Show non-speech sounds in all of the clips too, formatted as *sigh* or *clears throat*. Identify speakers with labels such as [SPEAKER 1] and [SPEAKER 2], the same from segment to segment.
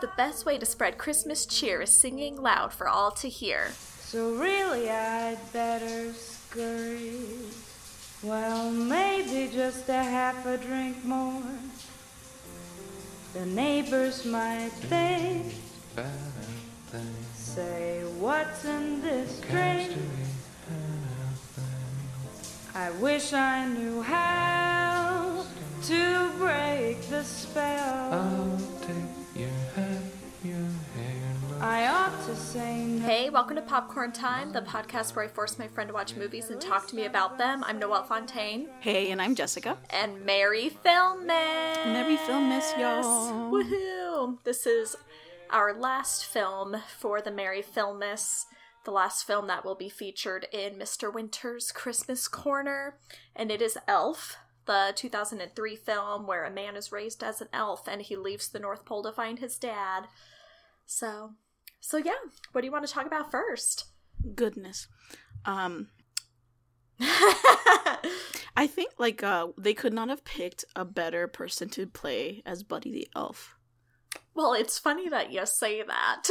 [SPEAKER 1] the best way to spread Christmas cheer is singing loud for all to hear.
[SPEAKER 2] So really I'd better scurry. Well, maybe just a half a drink more. The neighbors might think, say, what's in this drink? I wish I knew how to break the spell. I ought to say no.
[SPEAKER 1] Hey, welcome to Popcorn Time, the podcast where I force my friend to watch movies and talk to me about them. I'm Noelle Fontaine
[SPEAKER 3] Hey, and I'm Jessica.
[SPEAKER 1] and Mary Film Miss.
[SPEAKER 3] Merry Film Miss, y'all.
[SPEAKER 1] Woohoo! This is our last film for the Merry Film Miss, the last film that will be featured in Mr. Winter's Christmas Corner, and it is Elf, the 2003 film where a man is raised as an elf and he leaves the North Pole to find his dad. So, so yeah, what do you want to talk about
[SPEAKER 3] *laughs*
[SPEAKER 1] first?
[SPEAKER 3] Goodness. Um, I think like uh they could not have picked a better person to play as Buddy the Elf.
[SPEAKER 1] Well, it's funny that you say that.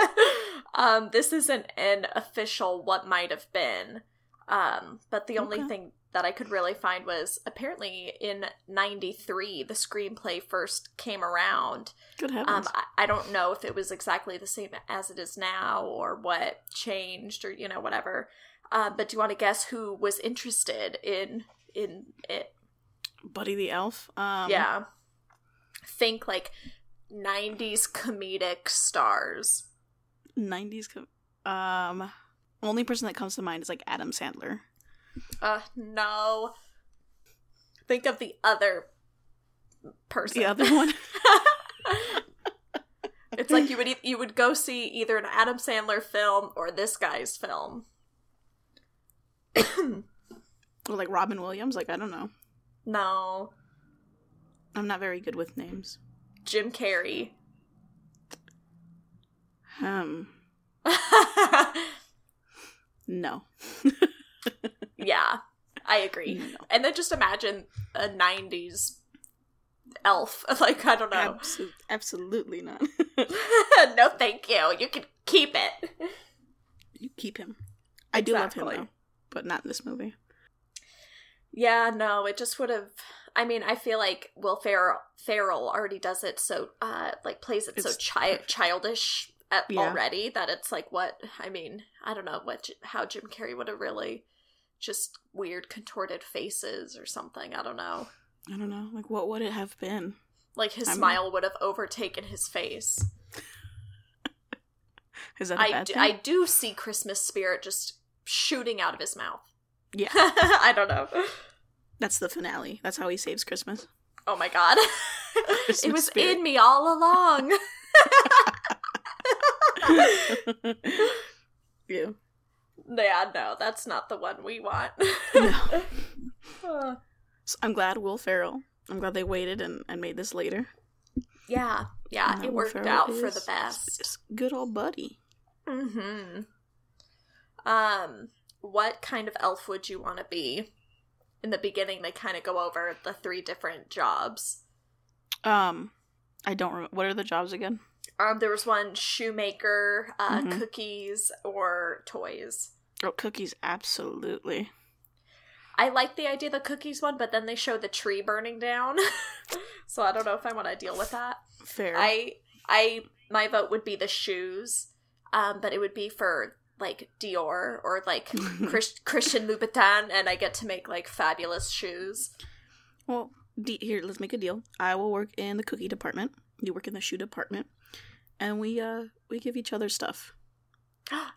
[SPEAKER 1] *laughs* um, this isn't an official what might have been, um, but the only
[SPEAKER 3] Okay.
[SPEAKER 1] thing that I could really find was apparently in '93 the screenplay first came around.
[SPEAKER 3] Good
[SPEAKER 1] Um,
[SPEAKER 3] heavens.
[SPEAKER 1] I, I don't know if it was exactly the same as it is now or what changed or you know whatever. Uh, but do you want to guess who was interested in in it?
[SPEAKER 3] Buddy the Elf. Um
[SPEAKER 1] yeah think like 90s comedic stars
[SPEAKER 3] 90s co- um only person that comes to mind is like Adam Sandler.
[SPEAKER 1] uh no think of the other person *laughs*
[SPEAKER 3] The other one.
[SPEAKER 1] it's like you would e- you would go see either an adam sandler film or this guy's film
[SPEAKER 3] or like Robin Williams, like I don't know.
[SPEAKER 1] no
[SPEAKER 3] I'm not very good with names.
[SPEAKER 1] jim carrey *laughs*
[SPEAKER 3] Um no.
[SPEAKER 1] yeah i agree and then just imagine a 90s elf *laughs* like i don't know
[SPEAKER 3] Abso- absolutely not. *laughs*
[SPEAKER 1] *laughs* no thank you you can keep it
[SPEAKER 3] you keep him. I do love him
[SPEAKER 1] Exactly.
[SPEAKER 3] though, but not in this movie.
[SPEAKER 1] Yeah, no, it just would have. I mean, I feel like Will Ferrell, Ferrell already does it so, uh, like plays it so
[SPEAKER 3] It's
[SPEAKER 1] chi- childish at,
[SPEAKER 3] Yeah.
[SPEAKER 1] already that it's like what I mean. I don't know what J- how Jim Carrey would have really just weird contorted faces or something. I don't know.
[SPEAKER 3] I don't know. Like, what would it have been?
[SPEAKER 1] Like his
[SPEAKER 3] I'm-
[SPEAKER 1] smile would have overtaken his face.
[SPEAKER 3] Is that a
[SPEAKER 1] I
[SPEAKER 3] bad
[SPEAKER 1] do,
[SPEAKER 3] thing?
[SPEAKER 1] I do see Christmas spirit just shooting out of his mouth. *laughs*
[SPEAKER 3] Yeah.
[SPEAKER 1] I don't know.
[SPEAKER 3] That's the finale. That's how he saves Christmas.
[SPEAKER 1] Oh my god. *laughs* it
[SPEAKER 3] Christmas
[SPEAKER 1] was
[SPEAKER 3] spirit.
[SPEAKER 1] in me all along. *laughs*
[SPEAKER 3] yeah.
[SPEAKER 1] Yeah, no, that's not the one we want. *laughs*
[SPEAKER 3] No.
[SPEAKER 1] Uh,
[SPEAKER 3] So I'm glad Will Ferrell. I'm glad they waited and, and made this later.
[SPEAKER 1] yeah, yeah,
[SPEAKER 3] And that
[SPEAKER 1] it
[SPEAKER 3] Will
[SPEAKER 1] worked
[SPEAKER 3] Ferrell
[SPEAKER 1] out for
[SPEAKER 3] is-
[SPEAKER 1] the best.
[SPEAKER 3] is Good old buddy.
[SPEAKER 1] hmm Um, what kind of elf would you want to be? In the beginning, they kind of go over the three different jobs.
[SPEAKER 3] Um, I don't remember. What are the jobs again?
[SPEAKER 1] Um, there was one shoemaker, uh,
[SPEAKER 3] Mhm.
[SPEAKER 1] cookies, or toys.
[SPEAKER 3] Oh, cookies. Absolutely.
[SPEAKER 1] I like the idea of the cookies one, but then they show the tree burning down. *laughs* so I don't know if I want to deal with that.
[SPEAKER 3] Fair.
[SPEAKER 1] I I my vote would be the shoes, um, but it would be for like Dior or
[SPEAKER 3] *laughs*
[SPEAKER 1] like Chris, Christian Louboutin, and I get to make like fabulous shoes. *gasps*
[SPEAKER 3] Well, de- here, let's make a deal. I will work in the cookie department. You work in the shoe department, and we uh we give each other stuff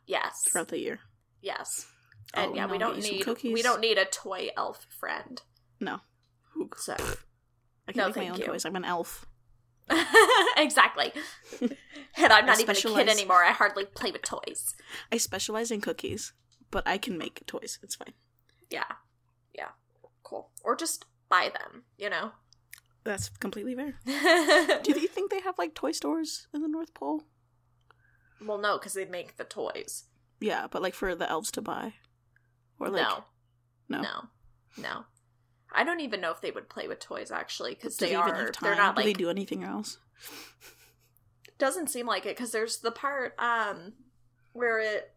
[SPEAKER 1] yes,
[SPEAKER 3] throughout the year.
[SPEAKER 1] yes,
[SPEAKER 3] Oh,
[SPEAKER 1] and yeah,
[SPEAKER 3] and
[SPEAKER 1] we
[SPEAKER 3] I'll
[SPEAKER 1] don't
[SPEAKER 3] get you some
[SPEAKER 1] need we
[SPEAKER 3] cookies.
[SPEAKER 1] don't need a toy elf friend.
[SPEAKER 3] No, Who- *laughs*
[SPEAKER 1] So *laughs*
[SPEAKER 3] I can
[SPEAKER 1] No,
[SPEAKER 3] make my
[SPEAKER 1] thank
[SPEAKER 3] own
[SPEAKER 1] you.
[SPEAKER 3] toys. I'm an elf.
[SPEAKER 1] exactly, and I'm not
[SPEAKER 3] I
[SPEAKER 1] even a kid
[SPEAKER 3] specialize-
[SPEAKER 1] anymore. I hardly play with toys.
[SPEAKER 3] I specialize in cookies, but I can make toys. It's fine.
[SPEAKER 1] Yeah, yeah, cool. Or just buy them, you know. *laughs*
[SPEAKER 3] That's completely fair. Do you think they have like toy stores in the North Pole?
[SPEAKER 1] well, no, because they make the toys.
[SPEAKER 3] Yeah, but like for the elves to buy, or like
[SPEAKER 1] no,
[SPEAKER 3] no.
[SPEAKER 1] no, no. I don't even know if they would play with toys actually, because
[SPEAKER 3] Do
[SPEAKER 1] they,
[SPEAKER 3] they,
[SPEAKER 1] are
[SPEAKER 3] even have time?
[SPEAKER 1] they're not
[SPEAKER 3] do
[SPEAKER 1] like
[SPEAKER 3] they do anything else?
[SPEAKER 1] Doesn't seem like it because there's the part um where it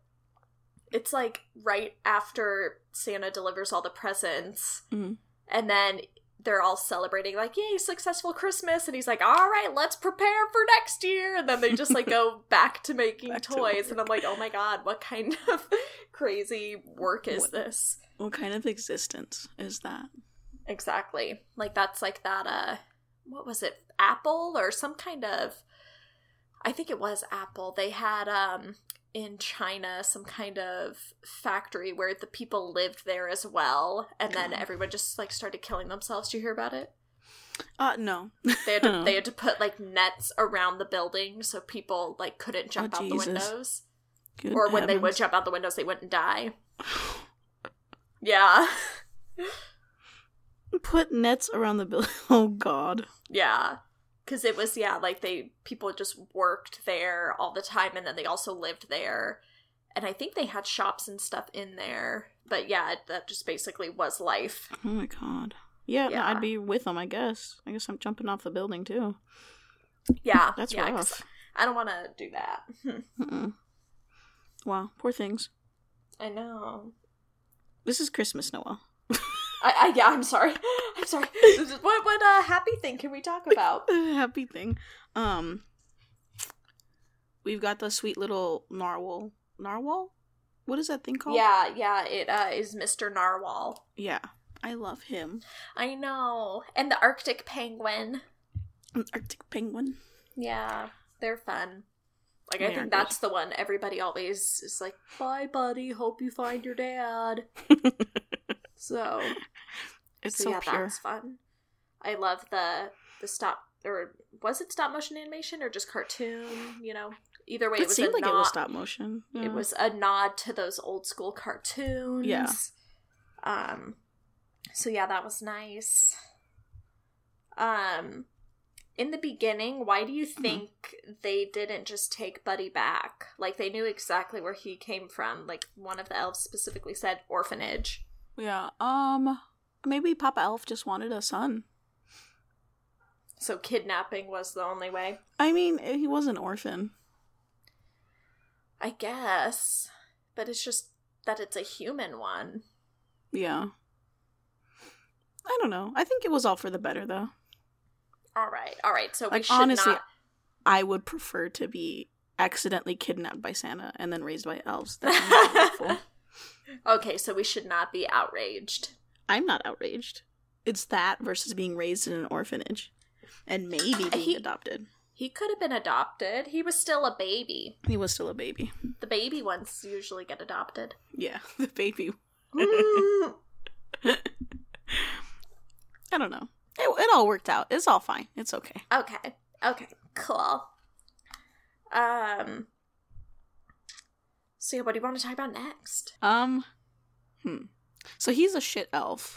[SPEAKER 1] it's like right after Santa delivers all the presents,
[SPEAKER 3] Mhm.
[SPEAKER 1] and then they're all celebrating like yay successful christmas and he's like all right let's prepare for next year and then they just like
[SPEAKER 3] *laughs*
[SPEAKER 1] go back to making
[SPEAKER 3] Back to
[SPEAKER 1] toys and i'm like oh my god what kind of *laughs* crazy work is
[SPEAKER 3] What-
[SPEAKER 1] this
[SPEAKER 3] What kind of existence is that?
[SPEAKER 1] Exactly. Like that's like that uh what was it? Apple or some kind of I think it was Apple. They had um in China some kind of factory where the people lived there as well and then
[SPEAKER 3] God.
[SPEAKER 1] everyone just like started killing themselves. Do you hear about
[SPEAKER 3] *laughs*
[SPEAKER 1] it?
[SPEAKER 3] Uh no.
[SPEAKER 1] They had to, they had to put like nets around the building so people like couldn't jump out
[SPEAKER 3] Oh, Jesus.
[SPEAKER 1] the windows
[SPEAKER 3] Good
[SPEAKER 1] or when they would
[SPEAKER 3] heavens.
[SPEAKER 1] jump out the windows they wouldn't
[SPEAKER 3] *sighs*
[SPEAKER 1] die. yeah.
[SPEAKER 3] put nets around the building. *laughs* Oh god.
[SPEAKER 1] Yeah. Cause it was yeah, like they people just worked there all the time and then they also lived there. And I think they had shops and stuff in there. But yeah, it- that just basically was life.
[SPEAKER 3] Oh my god. Yeah, no,
[SPEAKER 1] Yeah.
[SPEAKER 3] I'd be with them, I guess. I guess I'm jumping off the building too.
[SPEAKER 1] Yeah.
[SPEAKER 3] That's
[SPEAKER 1] yeah, 'cause
[SPEAKER 3] rough.
[SPEAKER 1] I don't wanna do that. *laughs*
[SPEAKER 3] Mm-mm. Wow, poor things.
[SPEAKER 1] I know.
[SPEAKER 3] This is Christmas, Noel.
[SPEAKER 1] I, I yeah, I'm sorry. *laughs* I'm sorry. This is- what what uh, happy thing can we talk about?
[SPEAKER 3] *laughs* Happy thing. Um, we've got the sweet little narwhal. Narwhal? What is that thing called?
[SPEAKER 1] Yeah, yeah, it uh, is Mr. Narwhal.
[SPEAKER 3] Yeah. I love him.
[SPEAKER 1] I know. And the Arctic penguin.
[SPEAKER 3] An Arctic penguin.
[SPEAKER 1] Yeah, they're fun. Like
[SPEAKER 3] They
[SPEAKER 1] I
[SPEAKER 3] are
[SPEAKER 1] think
[SPEAKER 3] good.
[SPEAKER 1] that's the one everybody always is like, "Bye, buddy. Hope you find your
[SPEAKER 3] *laughs*
[SPEAKER 1] dad." so
[SPEAKER 3] It's so
[SPEAKER 1] yeah,
[SPEAKER 3] pure.
[SPEAKER 1] that's fun. I love the the stop or was it stop motion animation or just cartoon? You know, either way, it,
[SPEAKER 3] It
[SPEAKER 1] was
[SPEAKER 3] seemed
[SPEAKER 1] a
[SPEAKER 3] like
[SPEAKER 1] nod,
[SPEAKER 3] it was stop motion. Yeah.
[SPEAKER 1] It was a nod to those old school cartoons.
[SPEAKER 3] Mm. Yeah.
[SPEAKER 1] Um. So yeah, that was nice. Um, in the beginning, why do you
[SPEAKER 3] Mm-hmm.
[SPEAKER 1] think they didn't just take Buddy back? Like they knew exactly where he came from. Like one of the elves specifically said orphanage.
[SPEAKER 3] Yeah. Um. Maybe Papa Elf just wanted a son.
[SPEAKER 1] So kidnapping was the only way.
[SPEAKER 3] I mean, eh, he was an orphan.
[SPEAKER 1] I guess. But it's just that it's a human one.
[SPEAKER 3] Yeah. I don't know. I think it was all for the better, though.
[SPEAKER 1] All right. All right. So we
[SPEAKER 3] Like,
[SPEAKER 1] should
[SPEAKER 3] honestly,
[SPEAKER 1] not
[SPEAKER 3] I would prefer to be accidentally kidnapped by Santa and then raised by elves. That sounds
[SPEAKER 1] *laughs*
[SPEAKER 3] awful.
[SPEAKER 1] Okay, so we should not be outraged.
[SPEAKER 3] I'm not outraged. It's that versus being raised in an orphanage and maybe being
[SPEAKER 1] He-
[SPEAKER 3] adopted.
[SPEAKER 1] He could have been adopted. He was still a baby.
[SPEAKER 3] He was still a baby.
[SPEAKER 1] The baby ones usually get
[SPEAKER 3] *laughs*
[SPEAKER 1] adopted.
[SPEAKER 3] Yeah, the baby.
[SPEAKER 1] Mm.
[SPEAKER 3] I don't know. It, it all worked out. It's all fine. It's okay.
[SPEAKER 1] okay. Okay. Cool. Um. So, yeah, what do you want to talk about next?
[SPEAKER 3] Um, hmm. So he's a shit elf.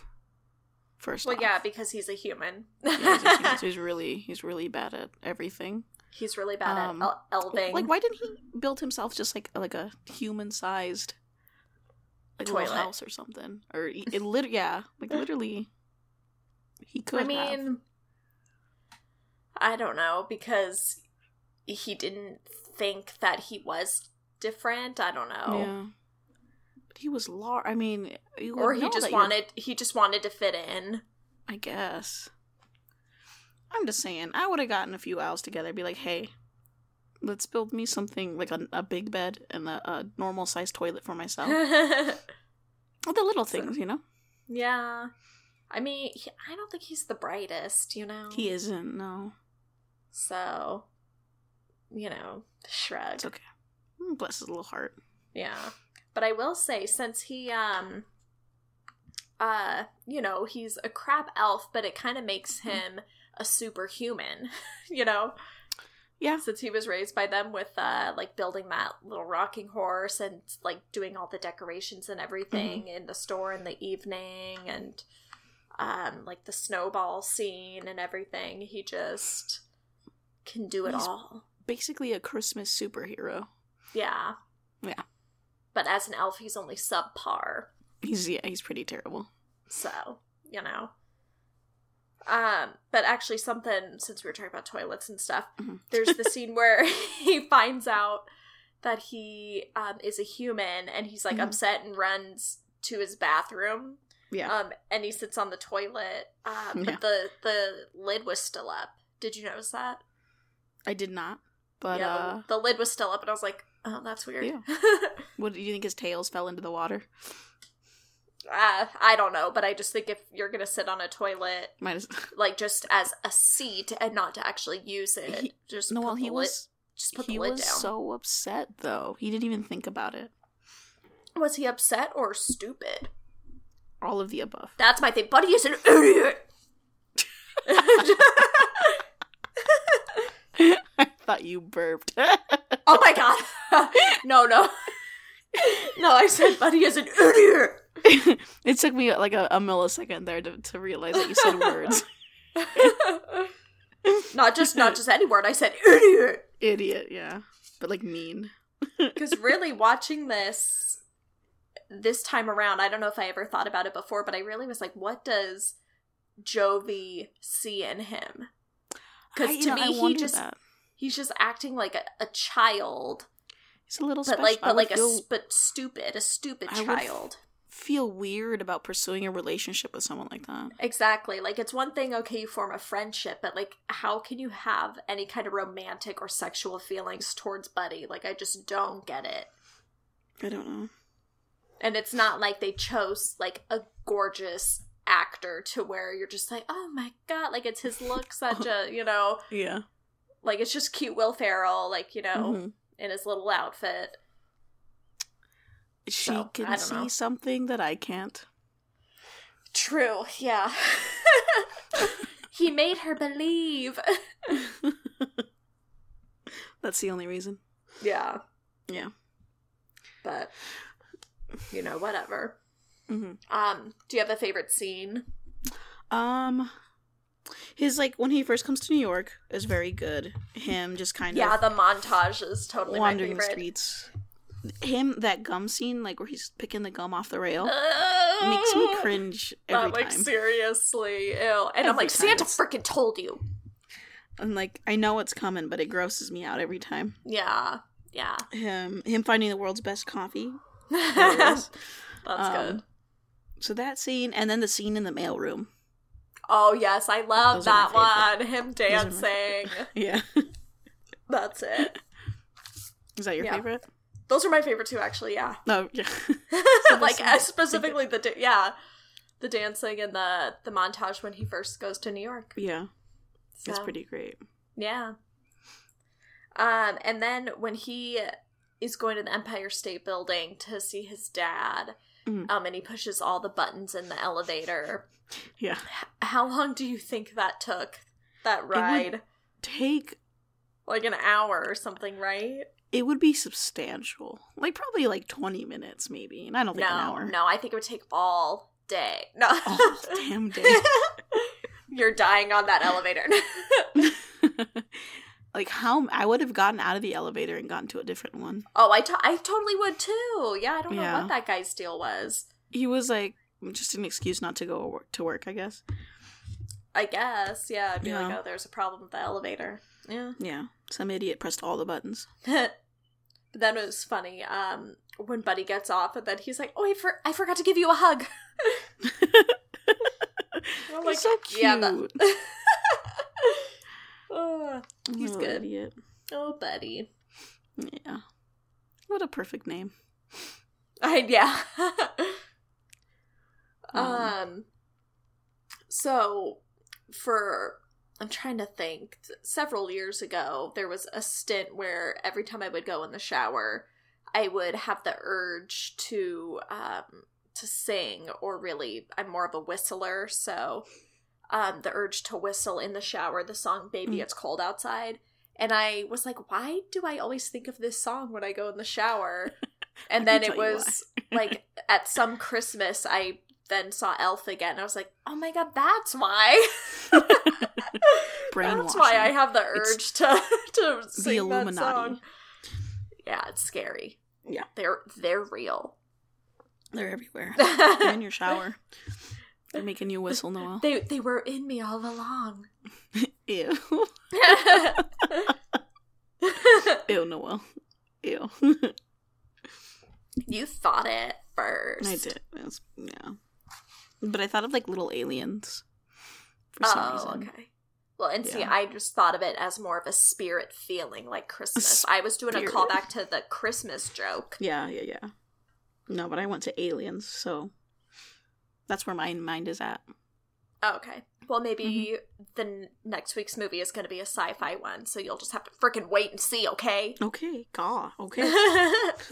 [SPEAKER 3] First,
[SPEAKER 1] Well,
[SPEAKER 3] off.
[SPEAKER 1] yeah, because he's a human.
[SPEAKER 3] Yeah, he's, a- he's- he's really he's really bad at everything.
[SPEAKER 1] *laughs* he's really bad
[SPEAKER 3] Um,
[SPEAKER 1] at el- elving.
[SPEAKER 3] Like, why didn't he build himself just like like a human sized like little
[SPEAKER 1] Toilet.
[SPEAKER 3] house or something? Or he- it lit- yeah, like literally, he could.
[SPEAKER 1] I mean, I don't know because he didn't think that he was different. I don't
[SPEAKER 3] have.
[SPEAKER 1] know.
[SPEAKER 3] yeah, but he was large. I mean, you would
[SPEAKER 1] Or he
[SPEAKER 3] know
[SPEAKER 1] just
[SPEAKER 3] that you're-
[SPEAKER 1] wanted he just wanted to fit in.
[SPEAKER 3] I guess. I'm just saying, I would have gotten a few owls together, be like, hey, let's build me something like a, a big bed and a, a normal sized toilet
[SPEAKER 1] *laughs*
[SPEAKER 3] for myself. the little
[SPEAKER 1] So-
[SPEAKER 3] things, you know?
[SPEAKER 1] yeah. I mean, he, I don't think he's the brightest, you know.
[SPEAKER 3] He isn't, no.
[SPEAKER 1] So, you know, shrug.
[SPEAKER 3] It's okay. Mm, Bless his little heart.
[SPEAKER 1] Yeah. But I will say since he um uh you know, he's a crap elf, but it kind of makes
[SPEAKER 3] Mm-hmm.
[SPEAKER 1] him a superhuman, *laughs* you know,
[SPEAKER 3] Yeah.
[SPEAKER 1] since he was raised by them with uh like building that little rocking horse and like doing all the decorations and everything
[SPEAKER 3] Mm-hmm.
[SPEAKER 1] in the store in the evening and um like the snowball scene and everything. He just can do it
[SPEAKER 3] He's-
[SPEAKER 1] all.
[SPEAKER 3] Basically a Christmas superhero.
[SPEAKER 1] Yeah.
[SPEAKER 3] Yeah.
[SPEAKER 1] But as an elf, he's only subpar.
[SPEAKER 3] He's yeah, he's pretty terrible.
[SPEAKER 1] So, you know. Um, but actually, something since we were talking about toilets and stuff,
[SPEAKER 3] Mm-hmm. *laughs*
[SPEAKER 1] there's the scene where *laughs* he finds out that he um, is a human, and he's like
[SPEAKER 3] Mhm.
[SPEAKER 1] upset and runs to his bathroom.
[SPEAKER 3] Yeah.
[SPEAKER 1] Um, and he sits on the toilet, uh, but
[SPEAKER 3] Yeah.
[SPEAKER 1] the the lid was still up. Did you notice that?
[SPEAKER 3] I did not. But
[SPEAKER 1] yeah,
[SPEAKER 3] uh
[SPEAKER 1] the, the lid was still up, and I was like, "Oh, that's weird."
[SPEAKER 3] Yeah.
[SPEAKER 1] *laughs*
[SPEAKER 3] what do you think his tails fell into the water?
[SPEAKER 1] uh, I don't know, but I just think if you're gonna sit on a toilet,
[SPEAKER 3] Might as *laughs*
[SPEAKER 1] like just as a seat and not to actually use it,
[SPEAKER 3] He-
[SPEAKER 1] just
[SPEAKER 3] No,
[SPEAKER 1] put
[SPEAKER 3] well
[SPEAKER 1] the
[SPEAKER 3] he
[SPEAKER 1] lid-
[SPEAKER 3] was
[SPEAKER 1] just put
[SPEAKER 3] he
[SPEAKER 1] the lid
[SPEAKER 3] was
[SPEAKER 1] down.
[SPEAKER 3] so upset though. He didn't even think about it.
[SPEAKER 1] Was he upset or stupid?
[SPEAKER 3] All of the above.
[SPEAKER 1] That's my thing. Buddy is an idiot. *laughs*
[SPEAKER 3] I thought you burped. *laughs*
[SPEAKER 1] oh my god! *laughs* no, no, no! I said Buddy is an idiot.
[SPEAKER 3] it took me like a, a millisecond there to, to realize that you said *laughs* words.
[SPEAKER 1] not just not just any word. I said idiot
[SPEAKER 3] Idiot, yeah. But like mean.
[SPEAKER 1] because really watching this this time around, I don't know if I ever thought about it before, but I really was like, what does Jovi see in him?
[SPEAKER 3] I-
[SPEAKER 1] Because
[SPEAKER 3] you
[SPEAKER 1] to
[SPEAKER 3] know, I
[SPEAKER 1] me, he
[SPEAKER 3] wonder
[SPEAKER 1] just
[SPEAKER 3] that.
[SPEAKER 1] he's just acting like a, a child,
[SPEAKER 3] He's a little
[SPEAKER 1] but
[SPEAKER 3] special.
[SPEAKER 1] like
[SPEAKER 3] I
[SPEAKER 1] but
[SPEAKER 3] would
[SPEAKER 1] like a
[SPEAKER 3] feel,
[SPEAKER 1] s- but stupid, a stupid
[SPEAKER 3] I would f-
[SPEAKER 1] child.
[SPEAKER 3] feel weird about pursuing a relationship with someone like that.
[SPEAKER 1] Exactly. Like it's one thing, okay, you form a friendship, but like how can you have any kind of romantic or sexual feelings towards Buddy? Like I just don't get it.
[SPEAKER 3] I don't know.
[SPEAKER 1] And it's not like they chose like a gorgeous actor to where you're just like, oh my god, like it's *laughs* his look such a you know
[SPEAKER 3] Yeah.
[SPEAKER 1] like it's just cute Will Ferrell, like, you know,
[SPEAKER 3] Mhm.
[SPEAKER 1] in his little outfit.
[SPEAKER 3] She
[SPEAKER 1] So, I
[SPEAKER 3] can
[SPEAKER 1] don't
[SPEAKER 3] see
[SPEAKER 1] know.
[SPEAKER 3] something that I can't.
[SPEAKER 1] True, yeah. *laughs* he made her believe.
[SPEAKER 3] That's the only reason.
[SPEAKER 1] *laughs* Yeah.
[SPEAKER 3] Yeah.
[SPEAKER 1] But you know, whatever.
[SPEAKER 3] hmm
[SPEAKER 1] Um, do you have a favorite scene?
[SPEAKER 3] Um, his like when he first comes to New York is very good. Him just kind
[SPEAKER 1] yeah,
[SPEAKER 3] of
[SPEAKER 1] the montage is totally my
[SPEAKER 3] wandering
[SPEAKER 1] favorite. *laughs*
[SPEAKER 3] the streets. Him that gum scene, like where he's picking the gum off the rail,
[SPEAKER 1] *laughs* Ugh.
[SPEAKER 3] makes me cringe every
[SPEAKER 1] But, like
[SPEAKER 3] time.
[SPEAKER 1] seriously, ew. And I'm
[SPEAKER 3] Every
[SPEAKER 1] like,
[SPEAKER 3] time
[SPEAKER 1] Santa
[SPEAKER 3] it's-
[SPEAKER 1] freaking told you.
[SPEAKER 3] and like I know it's coming, but it grosses me out every time.
[SPEAKER 1] Yeah,
[SPEAKER 3] *laughs*
[SPEAKER 1] yeah.
[SPEAKER 3] Him, him finding the world's best coffee.
[SPEAKER 1] *laughs* That's *laughs*
[SPEAKER 3] That's um,
[SPEAKER 1] good.
[SPEAKER 3] So that scene, and then the scene in the mailroom. *laughs*
[SPEAKER 1] Oh yes, I love
[SPEAKER 3] Those are
[SPEAKER 1] that
[SPEAKER 3] my
[SPEAKER 1] one. Him
[SPEAKER 3] are my
[SPEAKER 1] dancing.
[SPEAKER 3] *laughs* Yeah,
[SPEAKER 1] That's it.
[SPEAKER 3] is that your
[SPEAKER 1] Yeah.
[SPEAKER 3] favorite?
[SPEAKER 1] Those are my favorite too, actually. Yeah.
[SPEAKER 3] No, yeah. *laughs*
[SPEAKER 1] *laughs* like
[SPEAKER 3] listen,
[SPEAKER 1] uh, specifically the da- yeah the dancing and the the montage when he first goes to new york
[SPEAKER 3] yeah, it's
[SPEAKER 1] So,
[SPEAKER 3] pretty great.
[SPEAKER 1] yeah um and then when he is going to the empire state building to see his dad
[SPEAKER 3] Mm.
[SPEAKER 1] um and he pushes all the buttons in the elevator
[SPEAKER 3] Yeah,
[SPEAKER 1] how long do you think that took that ride
[SPEAKER 3] take
[SPEAKER 1] like an hour or something right
[SPEAKER 3] it would be substantial, like probably like twenty minutes, maybe, and I don't think an
[SPEAKER 1] no
[SPEAKER 3] hour.
[SPEAKER 1] no i think it would take all day no *laughs*
[SPEAKER 3] Oh, damn day. *laughs*
[SPEAKER 1] you're dying on that elevator *laughs*
[SPEAKER 3] like how I would have gotten out of the elevator and gotten to a different one.
[SPEAKER 1] Oh, I to- I totally would too. Yeah, I don't know
[SPEAKER 3] Yeah.
[SPEAKER 1] what that guy's deal was.
[SPEAKER 3] He was like just an excuse not to go work, to work, I guess.
[SPEAKER 1] I guess. Yeah, I'd be like,
[SPEAKER 3] Yeah.
[SPEAKER 1] oh, there's a problem with the elevator. Yeah.
[SPEAKER 3] Yeah, some idiot pressed all the buttons.
[SPEAKER 1] *laughs* but then it was funny um, when Buddy gets off, and then he's like, oh, I, for- I forgot to give you a hug. *laughs* I'm
[SPEAKER 3] He's so cute.
[SPEAKER 1] Oh yeah, that- *sighs* oh, *laughs* he's
[SPEAKER 3] Little
[SPEAKER 1] good.
[SPEAKER 3] Idiot.
[SPEAKER 1] oh, Buddy. *laughs*
[SPEAKER 3] Yeah. What a perfect name.
[SPEAKER 1] I, yeah.
[SPEAKER 3] *laughs* Um,
[SPEAKER 1] um. So, for I'm trying to think. Several years ago, there was a stint where every time I would go in the shower, I would have the urge to um to sing, or really, I'm more of a whistler, so um the urge to whistle in the shower the song "Baby
[SPEAKER 3] Mm.
[SPEAKER 1] It's Cold Outside." And I was like, why do I always think of this song when I go in the shower? And
[SPEAKER 3] *laughs* I
[SPEAKER 1] then
[SPEAKER 3] can
[SPEAKER 1] it
[SPEAKER 3] tell you why. *laughs*
[SPEAKER 1] was like at some Christmas, I then saw Elf again. I was like, oh my god, that's
[SPEAKER 3] *laughs*
[SPEAKER 1] why. *laughs*
[SPEAKER 3] Brainwashing.
[SPEAKER 1] That's why I have the
[SPEAKER 3] It's
[SPEAKER 1] urge to *laughs* to sing
[SPEAKER 3] Illuminati.
[SPEAKER 1] that song. Yeah, it's scary.
[SPEAKER 3] Yeah.
[SPEAKER 1] they're they're real. *laughs*
[SPEAKER 3] They're everywhere. They're in
[SPEAKER 1] yeah,
[SPEAKER 3] your shower. They're making you whistle, Noel.
[SPEAKER 1] They they were in me all
[SPEAKER 3] *laughs*
[SPEAKER 1] along.
[SPEAKER 3] Ew. *laughs* Ew, Noel. Ew.
[SPEAKER 1] you thought it first.
[SPEAKER 3] I did. That's, yeah. But I thought of like little aliens for some
[SPEAKER 1] oh,
[SPEAKER 3] reason.
[SPEAKER 1] okay. Well, and see,
[SPEAKER 3] Yeah.
[SPEAKER 1] I just thought of it as more of a spirit feeling, like Christmas. I was doing a
[SPEAKER 3] spirit.
[SPEAKER 1] callback to the Christmas joke.
[SPEAKER 3] Yeah, yeah, yeah. No, but I went to aliens, so that's where my mind is at.
[SPEAKER 1] Oh, Okay. Well, maybe
[SPEAKER 3] Mm-hmm.
[SPEAKER 1] the n- next week's movie is going to be a sci-fi one, so you'll just have to freaking wait and see. Okay.
[SPEAKER 3] Okay, God. Okay.
[SPEAKER 1] *laughs*
[SPEAKER 3] *laughs*